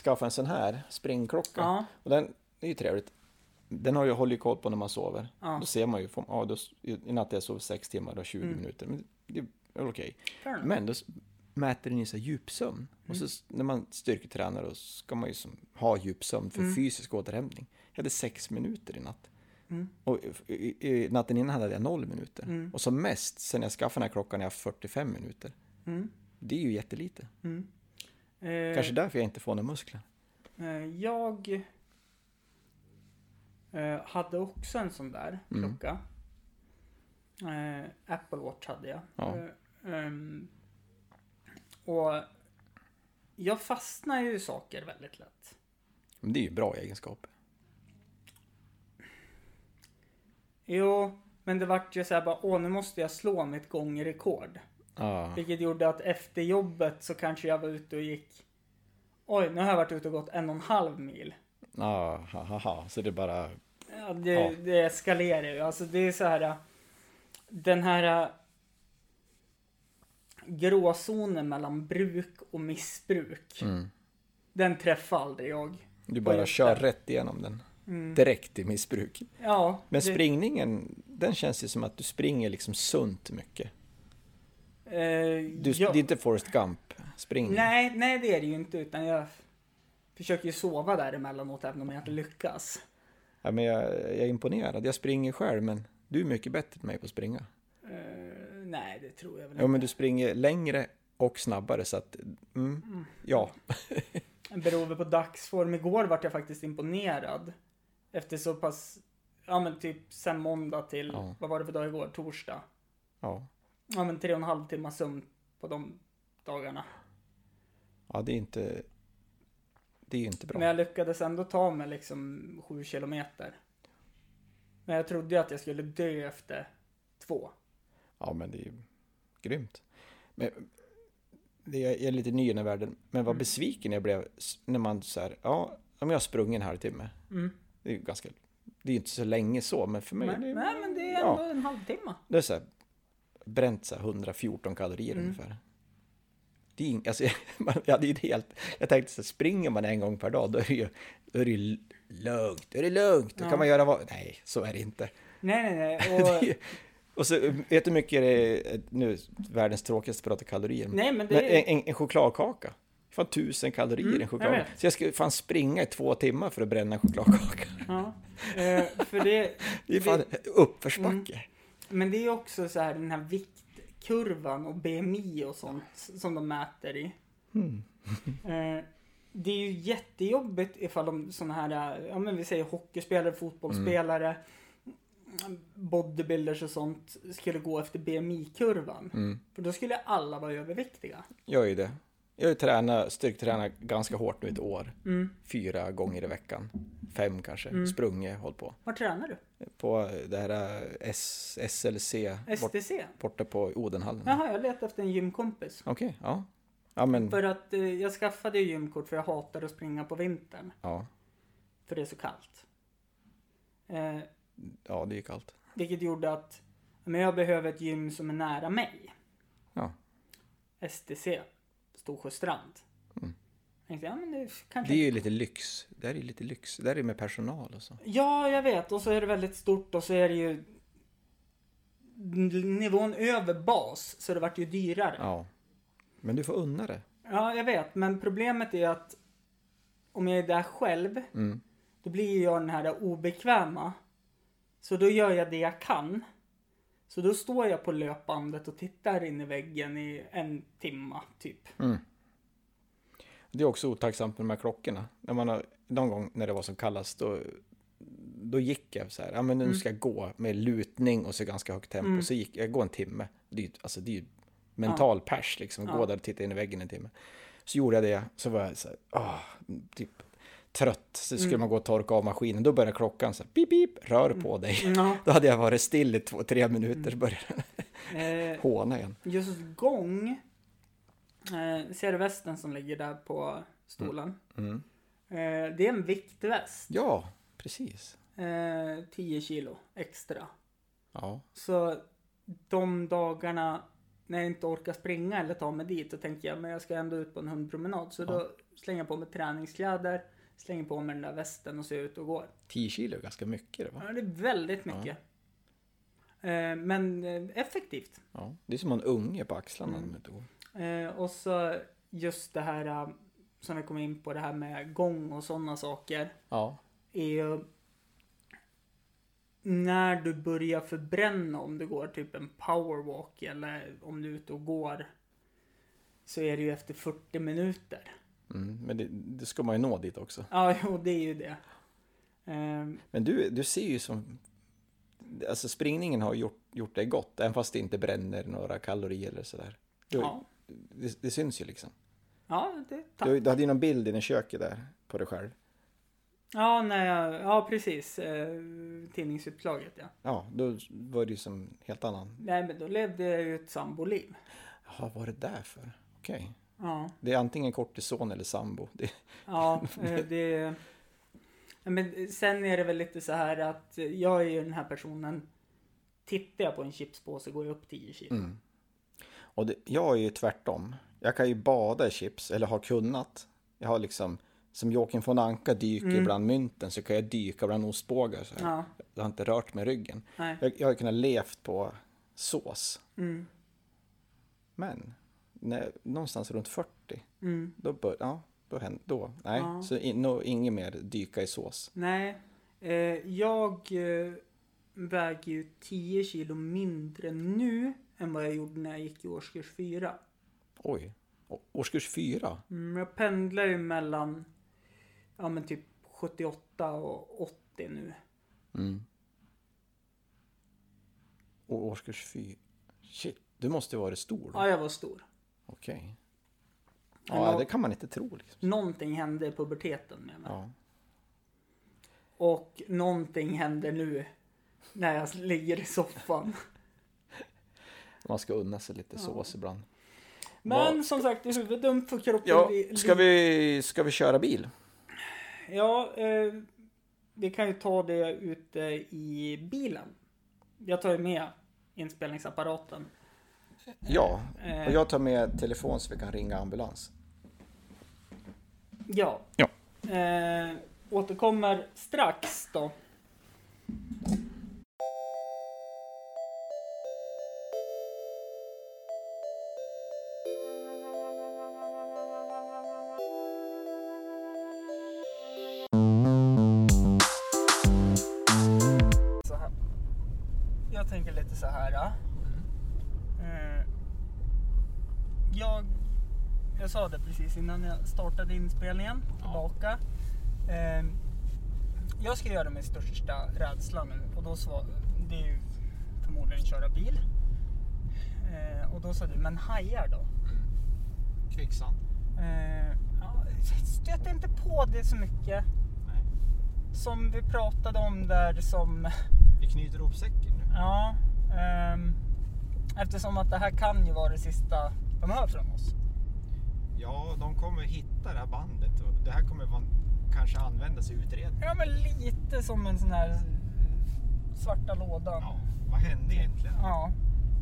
A: skaffat en sån här springklocka.
B: Ja,
A: Och den det är ju trevligt. Den har ju, håller ju koll på när man sover.
B: Ja.
A: Då ser man ju, får- ja, då, i natt jag sov 6 timmar, då 20
B: Mm.
A: minuter. Men det är väl okej.
B: fair enough.
A: Men då s- mäter den ju så här djupsömn. Och
B: Mm.
A: så s- när man styrketränar då ska man ju som, ha djupsömn för
B: Mm.
A: fysisk återhämtning. Jag hade 6 minuter i natt.
B: Mm.
A: Och i, i, i, natten innan hade jag 0 minuter.
B: Mm.
A: Och som mest sen jag skaffade den här klockan har jag haft 45 minuter.
B: Mm,
A: Det är ju jättelite.
B: mm. Eh,
A: Kanske därför jag inte får några muskler.
B: Eh, jag eh, hade också en sån där
A: Mm.
B: klocka. Eh, Apple Watch hade jag.
A: Ja.
B: Eh, ehm, och jag fastnar ju i saker väldigt lätt.
A: Men det är ju bra egenskap.
B: Jo, men det vart ju så här bara, åh nu måste jag slå mitt gångrekord.
A: Ja.
B: Vilket gjorde att efter jobbet så kanske jag var ute och gick, oj nu har jag varit ute och gått en och en halv mil.
A: Ja, ha, ha, ha. Så det är bara
B: Ja, det,
A: Ja.
B: det eskalerar ju. Alltså det är så här. äh, Den här äh, gråzonen mellan bruk och missbruk.
A: Mm.
B: Den träffar aldrig jag.
A: Du
B: Vad
A: bara
B: heter
A: kör
B: det?
A: rätt igenom den.
B: Mm.
A: Direkt i missbruk.
B: Ja,
A: Men
B: det-
A: springningen, den känns ju som att du springer liksom sunt mycket.
B: eh,
A: Du,
B: ja,
A: Det är inte Forrest Gump-springning.
B: nej, nej, det är det ju inte. Utan jag försöker ju sova däremellanåt även om jag inte lyckas.
A: Ja, men jag, jag är imponerad. Jag springer själv, men du är mycket bättre än mig på att springa.
B: Eh, nej, det tror jag väl
A: Ja,
B: inte.
A: men du springer längre och snabbare, så att... Mm, ja.
B: Det beror väl på dagsform. Igår vart jag faktiskt imponerad. Efter så pass, ja men typ sen måndag till,
A: Ja.
B: vad var det för dag igår? Torsdag.
A: ja.
B: Ja men tre och en halv timme sömn på de dagarna.
A: Ja, det är inte... Det är ju inte bra.
B: Men jag lyckades ändå ta mig liksom sju kilometer. Men jag trodde ju att jag skulle dö efter två.
A: Ja, men det är ju grymt. Men det jag är lite ny i den här världen, men
B: Mm.
A: vad besviken jag blev s- när man så här, ja, om jag har sprungit en halvtimme.
B: Mm.
A: Det är ju ganska, det är ju inte så länge så, men för mig,
B: Men,
A: det,
B: nej men det är
A: ja.
B: ändå en halvtimme.
A: det är så här, bränt så här 114 kalorier
B: Mm.
A: ungefär. Det är ing, alltså, man, jag hade ju det helt, jag tänkte så här, springer man en gång per dag, då är det ju, då är det ju lugnt, då är det lugnt, då
B: Ja.
A: kan man göra vad, nej, så är det inte.
B: Nej, nej, nej. Och,
A: Och så, vet du hur mycket det är eh, nu, världens tråkigaste att prata kalorier?
B: nej, men
A: Men
B: det är...
A: en, en, en chokladkaka. Fan tusen kalorier
B: Mm,
A: en choklad.
B: jag vet.
A: så jag skulle fan springa i två timmar för att bränna en chokladkaka.
B: Ja, eh, för det,
A: Det är fan uppförsbacke.
B: men det är också så här den här viktkurvan och BMI och sånt som de mäter i.
A: Mm.
B: Eh, det är ju jättejobbigt ifall de sådana här, eh, ja men vi säger hockeyspelare, fotbollsspelare, bodybuilders och sånt skulle gå efter BMI-kurvan.
A: Mm.
B: För då skulle alla vara överviktiga.
A: Jag är ju det. Jag har ju tränat, styrketränat ganska hårt nu ett år.
B: Mm.
A: Fyra gånger i veckan. Fem kanske. Sprungit, hållit på.
B: Var tränar du?
A: På det här eh, S, SLC bort,
B: STC?
A: borta på Odenhallen.
B: Jaha, jag letar efter en gymkompis.
A: Okej, ja. Ja men,
B: För att eh, jag skaffade ju gymkort för jag hatar att springa på vintern.
A: ja.
B: För det är så kallt. Eh,
A: Ja, det är ju kallt.
B: vilket gjorde att men jag behöver ett gym som är nära mig.
A: Ja.
B: STC, Storsjöstrand. Jag tänkte, ja, men det kanske...
A: Mm. Det är ju lite lyx. Det här är ju lite lyx. Det här är med personal och så.
B: Ja, jag vet. Och så är det väldigt stort och så är det ju nivån över bas, så det vart ju dyrare. Ja.
A: Ja. Men du får unna det.
B: jag vet. Men problemet är att om jag är där själv,
A: Mm.
B: då blir jag den här obekväma. Så då gör jag det jag kan. Så då står jag på löpbandet och tittar in i väggen i en timma, typ.
A: Det är också otacksamt med de här klockorna. När man har, någon gång när det var som kallast, då, då gick jag så här, ja men nu ska jag gå med lutning och så ganska högt tempo. Så gick jag, går en timme. Det är ju, alltså, det är ju mental pers liksom, gå där och titta in i väggen en timme. Så gjorde jag det, så var jag så här, ah, typ trött. Så skulle man gå och torka av maskinen, då började klockan så här, pip pip, rör på dig.
B: Ja.
A: Då hade jag varit still i två, tre minuter,
B: Mm.
A: så började jag
B: Eh,
A: håna igen.
B: just gång, eh, ser du västen som ligger där på stolen?
A: Mm.
B: Eh, det är en viktväst.
A: Ja, precis.
B: Eh, 10 kilo extra.
A: Ja.
B: Så de dagarna när jag inte orkar springa eller ta mig dit, då tänker jag men jag ska ändå ut på en hundpromenad. Så då slänger jag på mig träningskläder, slänger på mig den där västen och ser ut och går.
A: 10 kilo är ganska mycket det va?
B: Ja, det är väldigt mycket. Eh, men eh, effektivt.
A: Ja, det är som en unge på axlarna. Mm. Då.
B: Eh, och så just det här eh, som vi kom in på, det här med gång och sådana saker.
A: Ja.
B: Är ju när du börjar förbränna, om du går typ en powerwalk eller om du är ute och går. Så är det ju efter 40 minuter.
A: Mm, men det, det ska man ju nå dit också.
B: Ja, jo, det är ju det. Ehm,
A: Men du, du ser ju som... Alltså springningen har gjort, gjort dig gott, även fast det inte bränner några kalorier eller sådär. Du,
B: ja,
A: det, det syns ju liksom.
B: ja, det, tack.
A: Du, du hade ju någon bild i din köket där, på dig själv.
B: Ja, när jag, ja precis. Eh, tidningsutslaget ja.
A: Ja, då var det ju som helt annan.
B: Nej, men då levde jag ju ett samboliv.
A: Jaha, vad var det där för? Okej.
B: Ja,
A: Det är antingen kortison eller sambo. Det,
B: ja, eh, det. Ja, Men sen är det väl lite så här att jag är ju den här personen. Tittar jag på en chipspåse går jag upp 10 kilo.
A: Och det, jag är ju tvärtom. Jag kan ju bada i chips, eller har kunnat. Jag har liksom, som Joakim von Anka dyker bland mynten så kan jag dyka bland ostbågar. Så här.
B: Mm. Ja.
A: Jag har inte rört med ryggen.
B: Nej.
A: Jag, jag har kunnat levt på sås.
B: Mm.
A: Men när, någonstans runt 40,
B: Mm.
A: då bör, ja, då händer, då, nej,
B: Ja.
A: så in, no, inget mer dyka i sås.
B: Nej, eh, jag eh, väger ju 10 kilo mindre nu än vad jag gjorde när jag gick i årskurs 4.
A: Oj, Å- årskurs 4.
B: Mm, jag pendlar ju mellan ja, men typ 78 och 80 nu.
A: Mm. Och årskurs 4, shit, du måste ju vara stor då.
B: Ja, jag var stor.
A: Okej.
B: Men
A: Ja,
B: då-
A: det kan man inte tro. Liksom.
B: Någonting hände i puberteten med mig.
A: Ja.
B: Och någonting händer nu när jag ligger i soffan.
A: Man ska unna sig lite sås ibland.
B: Men
A: Vad-
B: som sagt, det är huvuddumt för kroppen.
A: Ja,
B: li-
A: ska vi, ska vi köra bil?
B: Ja, eh, vi kan ju ta det ute i bilen. Jag tar ju med inspelningsapparaten.
A: Ja,
B: Eh.
A: och jag tar med telefon så vi kan ringa ambulans.
B: Ja.
A: Ja.
B: Eh, återkommer strax då. tänker lite så här. ja. Eh, jag, jag sa det precis innan jag startade inspelningen, tillbaka. Eh, jag ska göra min största rädsla nu och då svar, det är ju förmodligen köra bil. Eh, och då sa du, men hajar då?
C: Kvicksand?
B: Eh, ja, jag stöter inte på det så mycket
C: Nej.
B: som vi pratade om där som
C: Vi knyter ihop säcken nu.
B: Ja, ehm, eftersom att det här kan ju vara det sista de hör från oss.
C: Ja, de kommer hitta det här bandet och det här kommer man kanske användas i utredningen.
B: Ja, men lite som en sån här eh, svarta lådan.
C: Ja, vad hände egentligen?
B: Ja,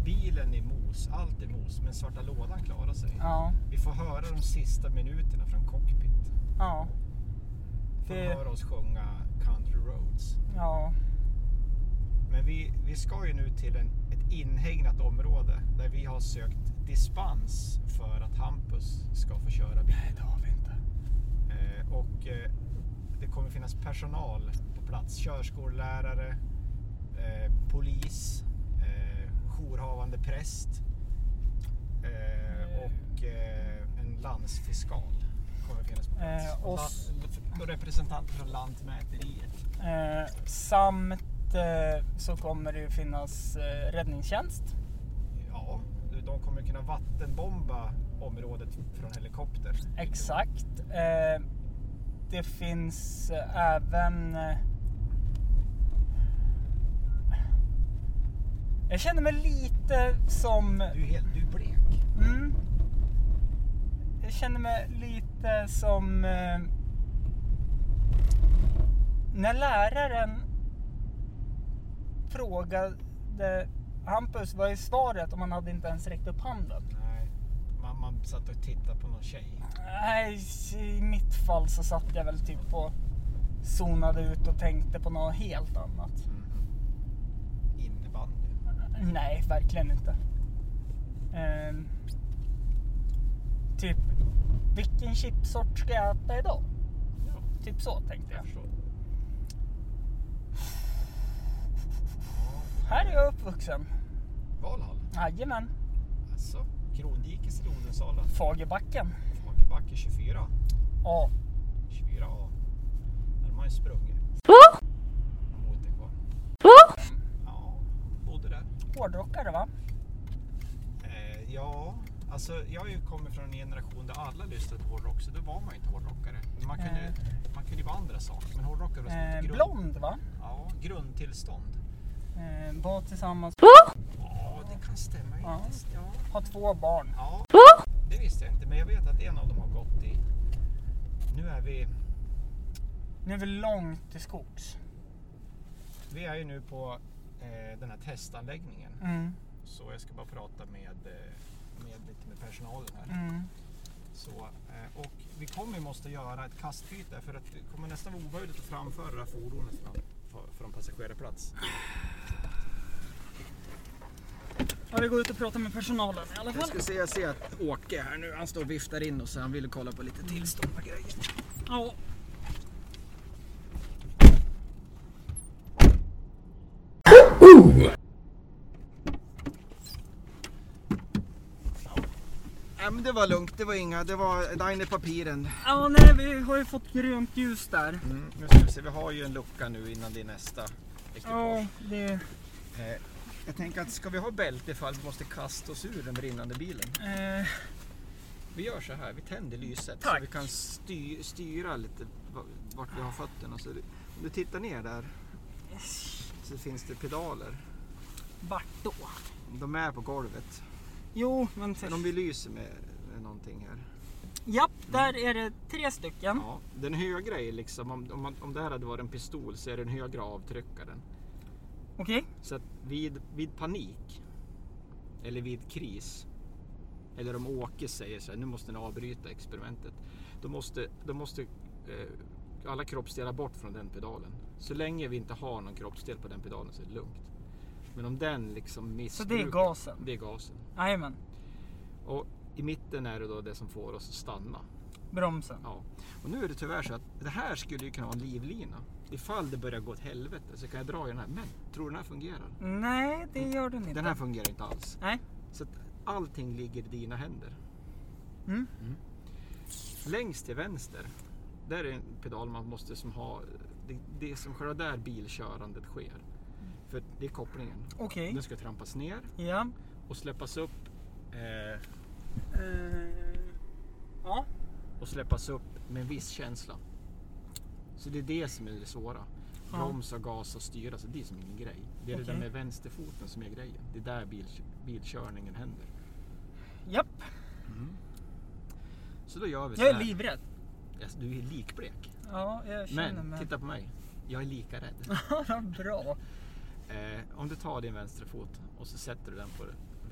C: Bilen är mos, allt är mos, men svarta lådan klarar sig.
B: ja,
C: Vi får höra de sista minuterna från cockpit.
B: ja,
C: Får
B: Det-
C: höra oss sjunga Country Roads.
B: ja,
C: Men vi, vi ska ju nu till en, ett inhägnat område där vi har sökt dispens för att Hampus ska få köra bil. Nej, det har vi inte. Eh, och eh, det kommer finnas personal på plats. Körskollärare, eh, polis, eh, jourhavande präst eh, och eh, en landsfiskal kommer finnas på plats.
B: Eh, och s-
C: och representanter från Lantmäteriet.
B: Eh, samt eh, så kommer det ju finnas eh, räddningstjänst.
C: Ja, de kommer kunna vattenbomba området från helikopter.
B: Exakt. Eh, det finns eh, även... eh, Jag känner mig lite som...
C: Du är, helt, du är blek.
B: Mm. Jag känner mig lite som eh, när läraren frågade Hampus vad är svaret om han hade inte ens räckt upp handen.
C: Nej, man, man satt och tittade på någon tjej.
B: Nej, i mitt fall så satt jag väl typ och zonade ut och tänkte på något helt annat.
C: Mm. Innebandy.
B: Nej, verkligen inte. Ehm, typ, vilken chipsort ska jag äta idag?
C: Ja,
B: Typ så tänkte jag.
C: förstår.
B: Här är jag uppvuxen.
C: Valhall.
B: Jajamän.
C: Alltså, Krondikes eller Odensala.
B: Fagerbacken.
C: Hagebacke 24.
B: Ja.
C: 24A. Där har man ju sprungit. Mot det kvar. Ja, bodde där.
B: Hårdrockare va?
C: Eh, ja, alltså jag har ju kommit från en generation där alla lyssnade på hårdrock så då var man ju inte hårdrockare. Men Man kunde,
B: Eh.
C: man kunde ju vara andra saker. Men hårdrockare var
B: Eh,
C: som grund,
B: blond va?
C: ja, grundtillstånd.
B: Eh, var tillsammans,
C: Ja, det kan stämma. ju
B: Ja.
C: inte. Ja.
B: har två barn.
C: ja, det visste jag inte. Men jag vet att en av dem har gått i... Nu är vi...
B: Nu är vi långt till skogs.
C: Vi är ju nu på eh, den här testanläggningen.
B: Mm,
C: Så jag ska bara prata med, eh, med lite med personalen här.
B: mm.
C: Så, eh, och vi kommer ju måste göra ett kastbyte för att det kommer nästan vara omöjligt att framföra det här fordonet från, för- från passagerarplats.
B: Ja, vi går ut och pratar med personalen i alla
C: Jag
B: fall.
C: ska se, jag ser att Åke här nu, han står och viftar in och så han ville kolla på lite tillstånd och grejer.
B: Ja.
C: Nej men det var lugnt, det var inga, det var, där inne i papiren.
B: ja, nej vi har ju fått grönt ljus där.
C: Mm, nu ska vi se, vi har ju en lucka nu innan det är nästa
B: Ja,
C: ekipage.
B: det,
C: Eh, jag tänker att ska vi ha bälte ifall vi måste kasta oss ur den brinnande bilen?
B: eh,
C: Vi gör så här, vi tänder lyset
B: Tack.
C: så vi kan sty, styra lite va- vart vi har fötterna. Så det, om du tittar ner där så finns det pedaler.
B: vart då?
C: De är på golvet.
B: Jo, men...
C: Men om vi lyser med, med någonting här.
B: Japp, där är det tre stycken.
C: Mm. Ja, den högra är liksom, om, om, man- om det här hade varit en pistol så är den högra avtryckaren.
B: Okej.
C: Så att vid, vid panik eller vid kris eller om Åke säger så här, nu måste ni avbryta experimentet. Då måste, då måste eh, alla kroppsdelar bort från den pedalen. Så länge vi inte har någon kroppsdel på den pedalen så är det lugnt. Men om den liksom
B: Så
C: missbrukas.
B: det är gasen?
C: Det är gasen.
B: Jajamän.
C: Och i mitten är det då det som får oss att stanna.
B: Bromsen.
C: Ja. Och nu är det tyvärr så att det här skulle ju kunna vara en livlina. ifall det börjar gå åt helvete så kan jag dra i den här. Men tror du den här fungerar?
B: Nej, det gör den inte.
C: Den här fungerar inte alls.
B: Nej.
C: Så att allting ligger i dina händer.
B: Mm.
C: Längst till vänster, där är en pedal man måste som ha, det, det är som själva där bilkörandet sker. För det är kopplingen.
B: Okej.
C: Den ska trampas ner
B: Ja.
C: och släppas upp eh,
B: Eh, ja.
C: och släppas upp med en viss känsla. Så det är det som är det svåra.
B: Ja.
C: Bromsa, gasa, styra, så det är som ingen grej. Det är det
B: Okej.
C: där med vänsterfoten som är grejen. Det är där bil, bilkörningen händer.
B: Japp.
C: Så då gör vi så
B: Jag är
C: här.
B: livrädd.
C: Alltså, du är likblek.
B: Ja, jag känner
C: Men
B: mig.
C: titta på mig. Jag är lika rädd.
B: Vad Bra.
C: Eh, om du tar din vänstra fot och så sätter du den på,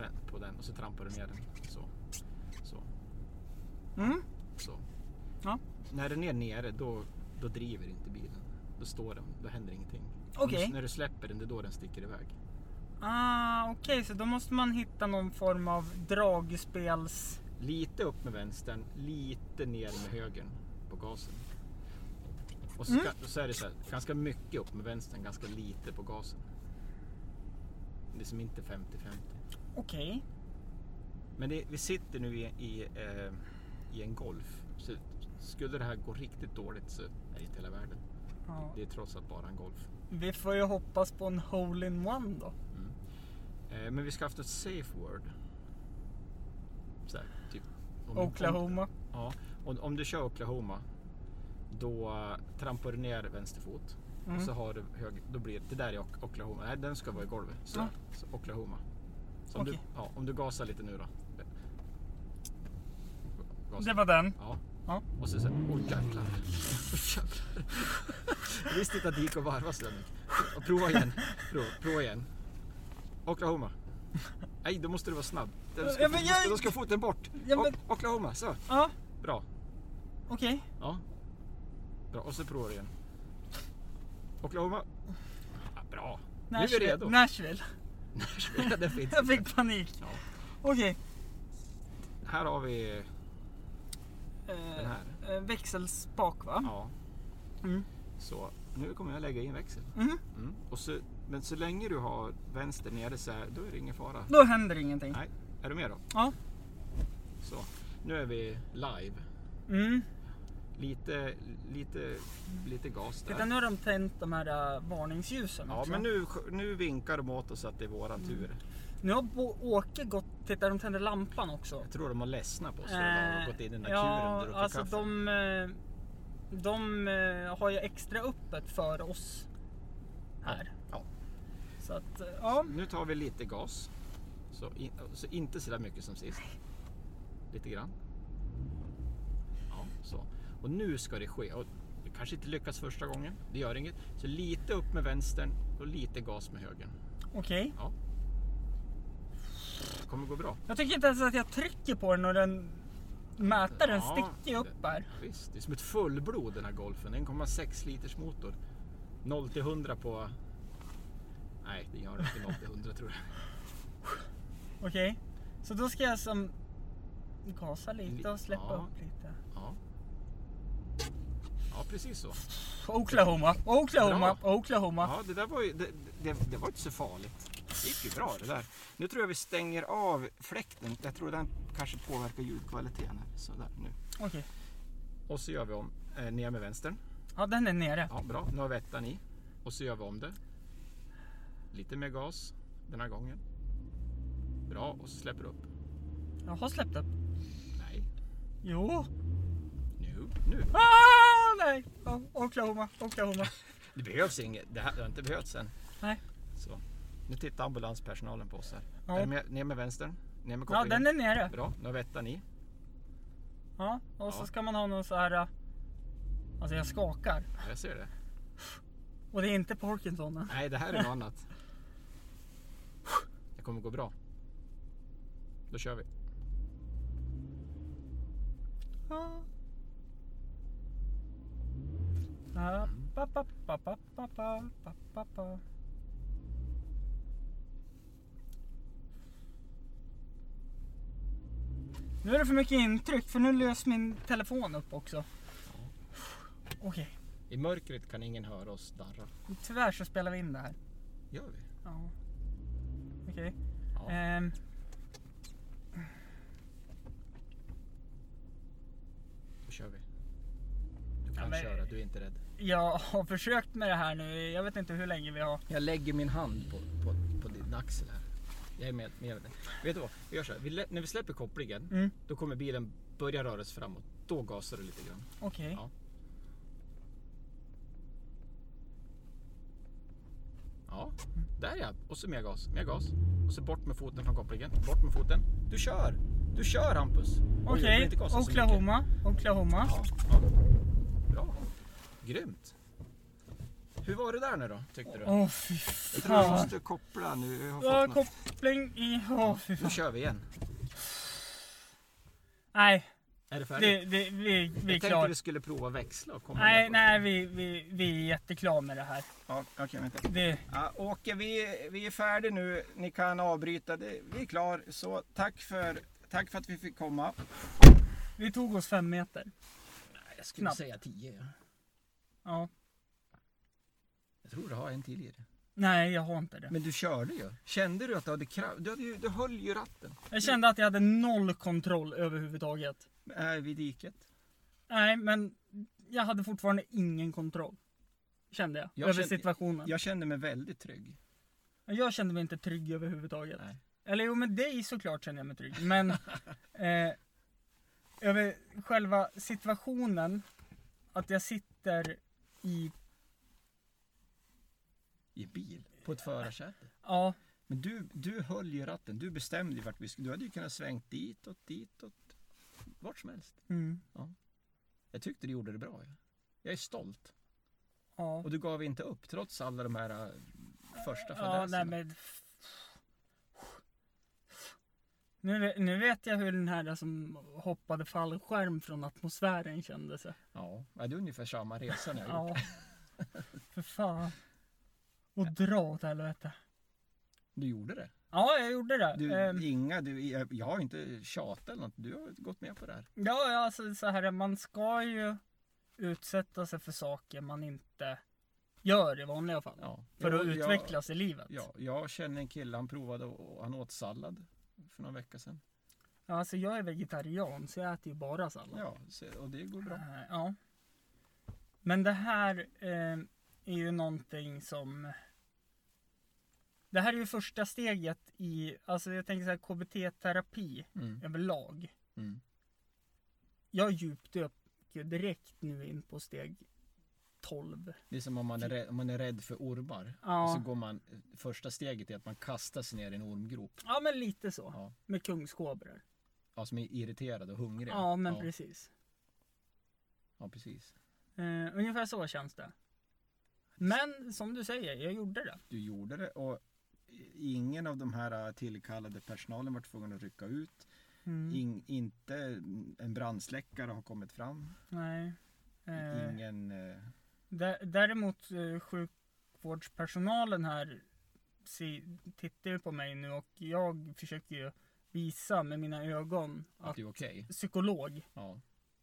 C: vä- på den och så trampar du ner den. Så. Så.
B: Mm.
C: Så.
B: Ja.
C: När den är nere då, då driver inte bilen. Då står den, då händer ingenting.
B: Okej.
C: Om du- När du släpper den, det är då den sticker iväg.
B: Ah, Okej, så då måste man hitta någon form av dragspels...
C: Lite upp med vänstern, lite ner med högern på gasen. Och så,
B: Mm.
C: ska, så är det så här, ganska mycket upp med vänstern, ganska lite på gasen. Det är som inte 50-50.
B: Okej.
C: Men det, vi sitter nu i, i, eh, i en Golf. Så skulle det här gå riktigt dåligt så är det inte hela världen.
B: Ja.
C: Det är trots allt bara en Golf.
B: Vi får ju hoppas på en hole-in-one då.
C: Eh, men vi ska haft ett safe word. Så här, typ. om-
B: Oklahoma.
C: Om, ja, om, om du kör Oklahoma. Då eh, trampar du ner vänster fot.
B: Mm.
C: Och så har du höger, då blir det, det där är Ok- Oklahoma. Nej, den ska vara i golvet. Så,
B: Ja.
C: så Oklahoma. Så om,
B: Okej.
C: du, ja, om du gasar lite nu då. Gasa.
B: Det var den.
C: Ja.
B: Ja.
C: Och så såhär, oj jävlar. Oj jävlar. Jag visste inte att det gick att varva sådär mycket. Och Prova igen. Prova, prova igen. Oklahoma. Nej, då måste du vara snabb. Då ska,
B: Ja, men
C: då
B: jag-
C: ska, då ska foten bort.
B: Ja, men-
C: O- Oklahoma, så.
B: Ja,
C: Bra.
B: okej.
C: Ja. Bra, och så provar du igen. Oklahoma. Ja, bra. Nu är vi
B: Nashville.
C: redo.
B: Nashville.
C: Nashville, det finns
B: Jag
C: inte.
B: fick panik.
C: Ja.
B: Okej.
C: Här har vi den
B: Eh,
C: här.
B: eh, växelspak va?
C: Ja.
B: Mm.
C: Så nu kommer jag lägga in växeln.
B: Mm.
C: Mm. Och så, men så länge du har vänster nere så här, då är det ingen fara.
B: Då händer ingenting.
C: Nej, är du med då?
B: Ja.
C: Så, nu är vi live.
B: Mm.
C: Lite, lite, lite gas
B: Titta
C: där.
B: nu har de tänt de här eh, varningsljusen
C: Ja,
B: också. Mm.
C: men nu, nu vinkar de åt oss att det är våran tur.
B: Nu har Bo- Åke gått, titta de tänder lampan också.
C: Jag tror de har ledsnat på oss idag
B: Eh,
C: och gått in i den där kuren
B: ja,
C: där de får
B: alltså
C: kaffe.
B: de, eh, de eh, har ju extra öppet för oss här.
C: Ja.
B: Så att, eh, ja.
C: Nu tar vi lite gas. Så, in, så inte så där mycket som sist. Lite grann. Ja, så. Och nu ska det ske. Och det kanske inte lyckas första gången. Det gör inget. Så lite upp med vänstern och lite gas med högern.
B: Okej.
C: Ja. Det kommer gå bra.
B: Jag tycker inte ens att jag trycker på den och den mätaren
C: Ja,
B: sticker ju upp här.
C: Visst, det är som ett fullblod den här Golfen. 1,6 liters motor. 0 till 100 på... Nej, det gör inte 0 till 100 tror jag.
B: Okej. Så då ska jag som gasa lite och släppa
C: Ja.
B: upp lite.
C: Ja, ja precis så.
B: Oklahoma, Oklahoma, Oklahoma.
C: Ja, det där var ju, det, det, det var inte så farligt. Det gick ju bra det där. Nu tror jag vi stänger av fläkten. Jag tror den kanske påverkar ljudkvaliteten. här. Så där, nu.
B: Okej.
C: Och så gör vi om. Eh, ner med vänstern.
B: Ja, den är nere.
C: Ja, bra. Nu har vi ettan i. Och så gör vi om det. Lite mer gas den här gången. Bra, och så släpper du upp.
B: Jag har släppt upp.
C: Nej,
B: Jo.
C: nu, nu.
B: Ah, nej. Ja, Oklahoma, Oklahoma.
C: Det behövs inget. Det här det har inte behövts än.
B: Nej.
C: Så. Nu tittar ambulanspersonalen på oss här.
B: Ja.
C: Är du med, ner med vänstern. Ner med
B: Ja,
C: kopplingen.
B: den är nere.
C: Bra, nu har vi ettan i.
B: Ja, och så
C: Ja.
B: ska man ha någon så här... eh, Alltså jag skakar.
C: Ja, Jag ser det.
B: Och det är inte Parkinsonen.
C: Nej, det här är något annat. Det kommer gå bra. Då kör vi.
B: Ja. Ah, pa, pa, pa, pa, pa, pa, pa, pa, pa. Nu är det för mycket intryck för nu lös min telefon upp också. Okej.
D: I mörkret kan ingen höra oss darra.
B: Tyvärr så spelar vi in det här.
D: Gör vi?
B: Ja. Okej.
D: Ja.
B: Ehm.
D: Då kör vi. Du kan
B: Ja, men-
D: köra, du är inte rädd.
B: Jag har försökt med det här nu, jag vet inte hur länge vi har.
D: Jag lägger min hand på, på, på din axel här. Jag är med, med dig. Vet du vad? Vi gör så här. Vi, lä- när vi släpper kopplingen,
B: Mm.
D: då kommer bilen börja röra sig framåt. Då gasar du lite grann.
B: Okej.
D: Ja. Ja, där ja. Och så mer gas, mer gas. Och så bort med foten från kopplingen. Bort med foten. Du kör! Du kör Hampus! Oj, jag vill
B: Okej,
D: inte gasa så mycket.
B: Oklahoma, Oklahoma.
D: Ja, ja. Bra. Grymt. Hur var det där nu då, tyckte du?
B: Åh fy
C: Jag tror jag
B: fan.
C: måste koppla nu. Jag har
B: Jag har
C: fått något.
B: koppling i... Åh fy
D: Nu
B: fan.
D: kör vi igen.
B: Nej,
D: Är det färdigt?
B: det, det, vi, vi är
D: jag tänkte
B: klara.
D: vi skulle prova växla och komma
B: Nej,
D: där.
B: nej, vi, vi, vi är jätteklara med det här.
C: Ja, okej, vänta.
B: Det,
C: Ja, Åke, vi, vi är färdiga nu. Ni kan avbryta. Det, vi är klar. Så tack för, tack för att vi fick komma.
B: vi tog oss fem meter.
D: Nej, Jag skulle
B: Knappt.
D: säga 10. ja.
B: Ja.
D: Jag tror du har en till i det.
B: Nej, jag har inte det.
D: Men du körde ju. Kände du att du hade kraft? Du, hade ju- du höll ju ratten.
B: Jag kände att jag hade noll kontroll överhuvudtaget.
D: Äh,
C: Är vid diket.
B: Nej, men jag hade fortfarande ingen kontroll. Kände jag.
D: Jag
B: över
D: kände-
B: situationen.
C: Jag kände mig väldigt trygg.
B: Jag kände mig inte trygg överhuvudtaget.
D: Nej.
B: Eller jo, med dig såklart kände jag mig trygg. Men eh, över själva situationen, att jag sitter i,
D: I bil. På ett förarsäte.
B: ja,
D: Men du, du höll ju ratten. Du bestämde ju vart vi skulle. Du hade ju kunnat svängt ditåt, ditåt. Vart som helst.
B: mm,
D: Jag tyckte du gjorde det bra. Ja. Jag är stolt.
B: ja.
D: Och du gav inte upp trots alla de här äh, första
B: Ja,
D: fadäserna.
B: nej, men... Nu, ve- nu vet jag hur den här som hoppade fallskärm från atmosfären kände sig.
D: ja, det är ungefär samma resa nu.
B: Ja. För fan. Och dra åt helvete.
D: Du gjorde det.
B: Ja, jag gjorde det.
D: Du,
B: Ehm,
D: Inga, du, jag, jag har ju inte tjatat eller något. Du har gått med på det här.
B: Ja, ja, alltså så här, man ska ju utsätta sig för saker man inte gör i vanliga fall.
D: Ja.
B: För att
D: Jag- jag-
B: utvecklas i livet.
D: Ja, jag känner en kille, han provade och och han åt sallad för några veckor sedan.
B: Ja, Alltså jag är vegetarian så jag äter ju bara sallad.
D: Ja, så, och det går bra.
B: Eh, ja. Men det här eh, är ju någonting som... Det här är ju första steget i, alltså jag tänker så här KBT-terapi
D: Mm.
B: överlag.
D: Mm.
B: Jag djupdöker direkt nu in på steg 12.
D: Det är som om man är rädd, om man är rädd för ormar.
B: Ja.
D: Så går man, första steget är att man kastar sig ner i en ormgrop.
B: Ja men lite så.
D: Ja.
B: Med kungskobror.
D: Ja, som är irriterad och hungrig.
B: Ja men
D: ja,
B: precis.
D: Ja, precis.
B: Eh, ungefär så känns det. Men som du säger, jag gjorde det.
C: Du gjorde det och ingen av de
D: äh,
C: här tillkallade personalen var tvungen att rycka ut.
D: Mm.
B: Mm.
C: In, inte en brandsläckare har kommit fram.
B: Nej. Eh,
C: Ingen...
D: äh,
C: eh,
B: dä- däremot eh, sjukvårdspersonalen här si- tittar ju på mig nu och jag försöker ju visa med mina ögon
D: Att
B: att
D: det är okej.
B: psykolog.
D: Ja.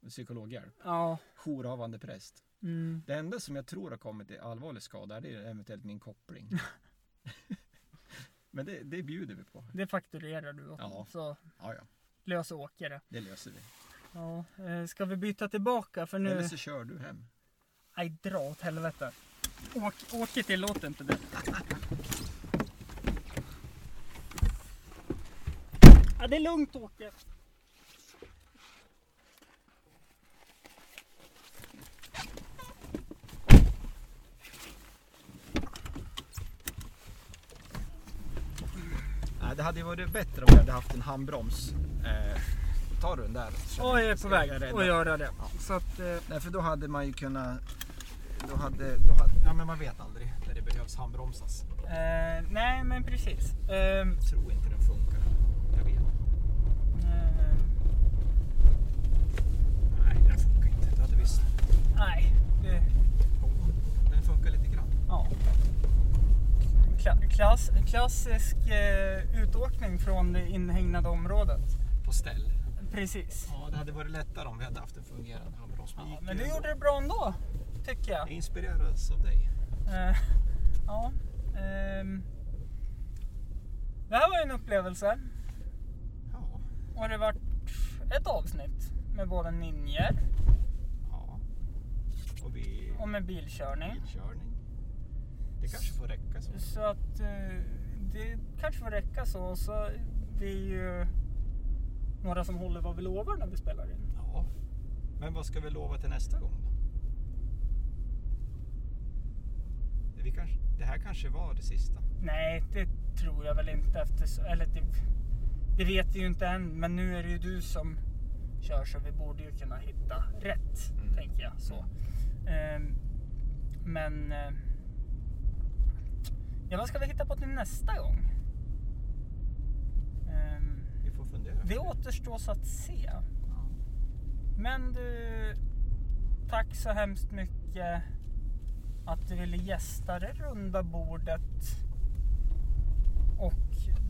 D: Psykologhjälp.
B: Ja.
D: Jourhavande präst.
B: Mm.
D: Det enda som jag tror har kommit i allvarlig skada det är eventuellt min koppling. Men det, det bjuder vi på.
B: Det fakturerar du åt.
D: Ja.
B: Så
D: Ja, ja,
B: lös åkare.
D: det löser vi.
B: Ja. Eh, ska vi byta tillbaka för nu...
D: Eller så kör du hem.
B: Nej, dra åt helvete. Åk, åker tillåter inte det. Ja, det är lugnt Åke.
C: Nej, det hade ju varit bättre om vi hade haft en handbroms. Eh, tar du den där?
B: Ja, jag är på
C: Ska
B: väg
C: jag rädda?
B: att göra det. Så att, eh,
C: Nej, för då hade man ju kunnat... Då hade, då hade, ja, men man vet aldrig när det behövs handbromsas.
B: eh, nej, men precis. Ehm,
C: Jag tror inte den funkar. Jag vet.
B: ehm,
C: Nej, den funkar inte. Då hade vi... s-
B: nej, det,
C: Jo, Den funkar lite grann.
B: ja. Kla, klass, klassisk eh, utåkning från det inhägnade området.
C: På ställ.
B: Precis.
C: Ja, det hade varit lättare om vi hade haft en fungerande handbroms.
B: Ja,
C: gick
B: men du
C: ju ändå.
B: gjorde det bra ändå. tycker jag.
C: Jag inspirerades av dig.
B: Eh, ja. ehm. det här var ju en upplevelse.
C: Ja.
B: Och det vart ett avsnitt med både ninjer
C: ja. Och vi...
B: och med bilkörning.
C: Bilkörning. Det kanske får räcka så.
B: Så att eh, det kanske får räcka så. Och så det är ju några som håller vad vi lovar när vi spelar in.
C: Ja. Men vad ska vi lova till nästa gång då? Vi kanske, det här kanske var det sista.
B: Nej, det tror jag väl inte. Efter, så- eller det, det vet vi ju inte än, men nu är det ju du som kör så vi borde ju kunna hitta rätt,
C: Mm.
B: tänker jag. Så. Ehm, men... eh, ja, vad ska vi hitta på till nästa gång? Ehm,
C: Vi får fundera.
B: det återstår så att se. Men du, tack så hemskt mycket att du ville gästa det runda bordet och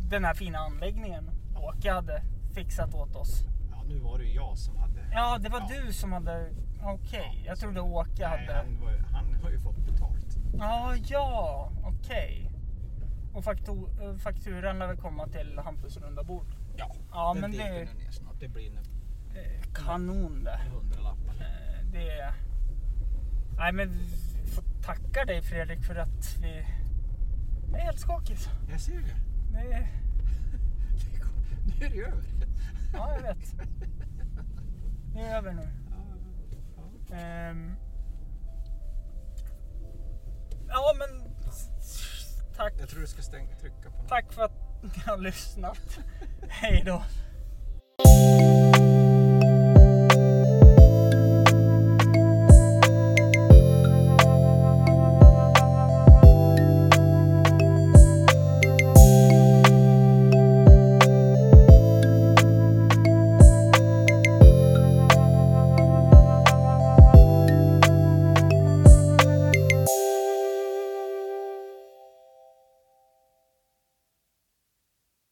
B: den här fina anläggningen Åke hade fixat åt oss.
C: Ja, nu var det ju jag som hade...
B: Ja, det var du som hade... Okej,
C: Ja,
B: jag
C: så-
B: trodde Åke
C: Nej,
B: hade...
C: han, var, ju- han har ju fått betalt.
B: Ja, ja, okej. Och faktu- eh, fakturan lär väl komma till Hampus runda bord.
C: Ja,
B: Ja,
C: den
B: men
C: dyker
B: det-
C: nu ner snart. Det blir en
B: Eh, Kanon det.
C: hundralapp.
B: Eh, det... Nej men vi får tacka dig Fredrik för att vi... Jag är helt skakig. så.
C: Jag ser det.
B: Det är...
C: Det kom- Nu är det över.
B: Ja, jag vet. Det är över nu.
C: Ja,
B: Ehm. Ja men... Tack,
C: Jag tror du ska stänga, trycka på något.
B: tack för att ni har lyssnat. Hej då.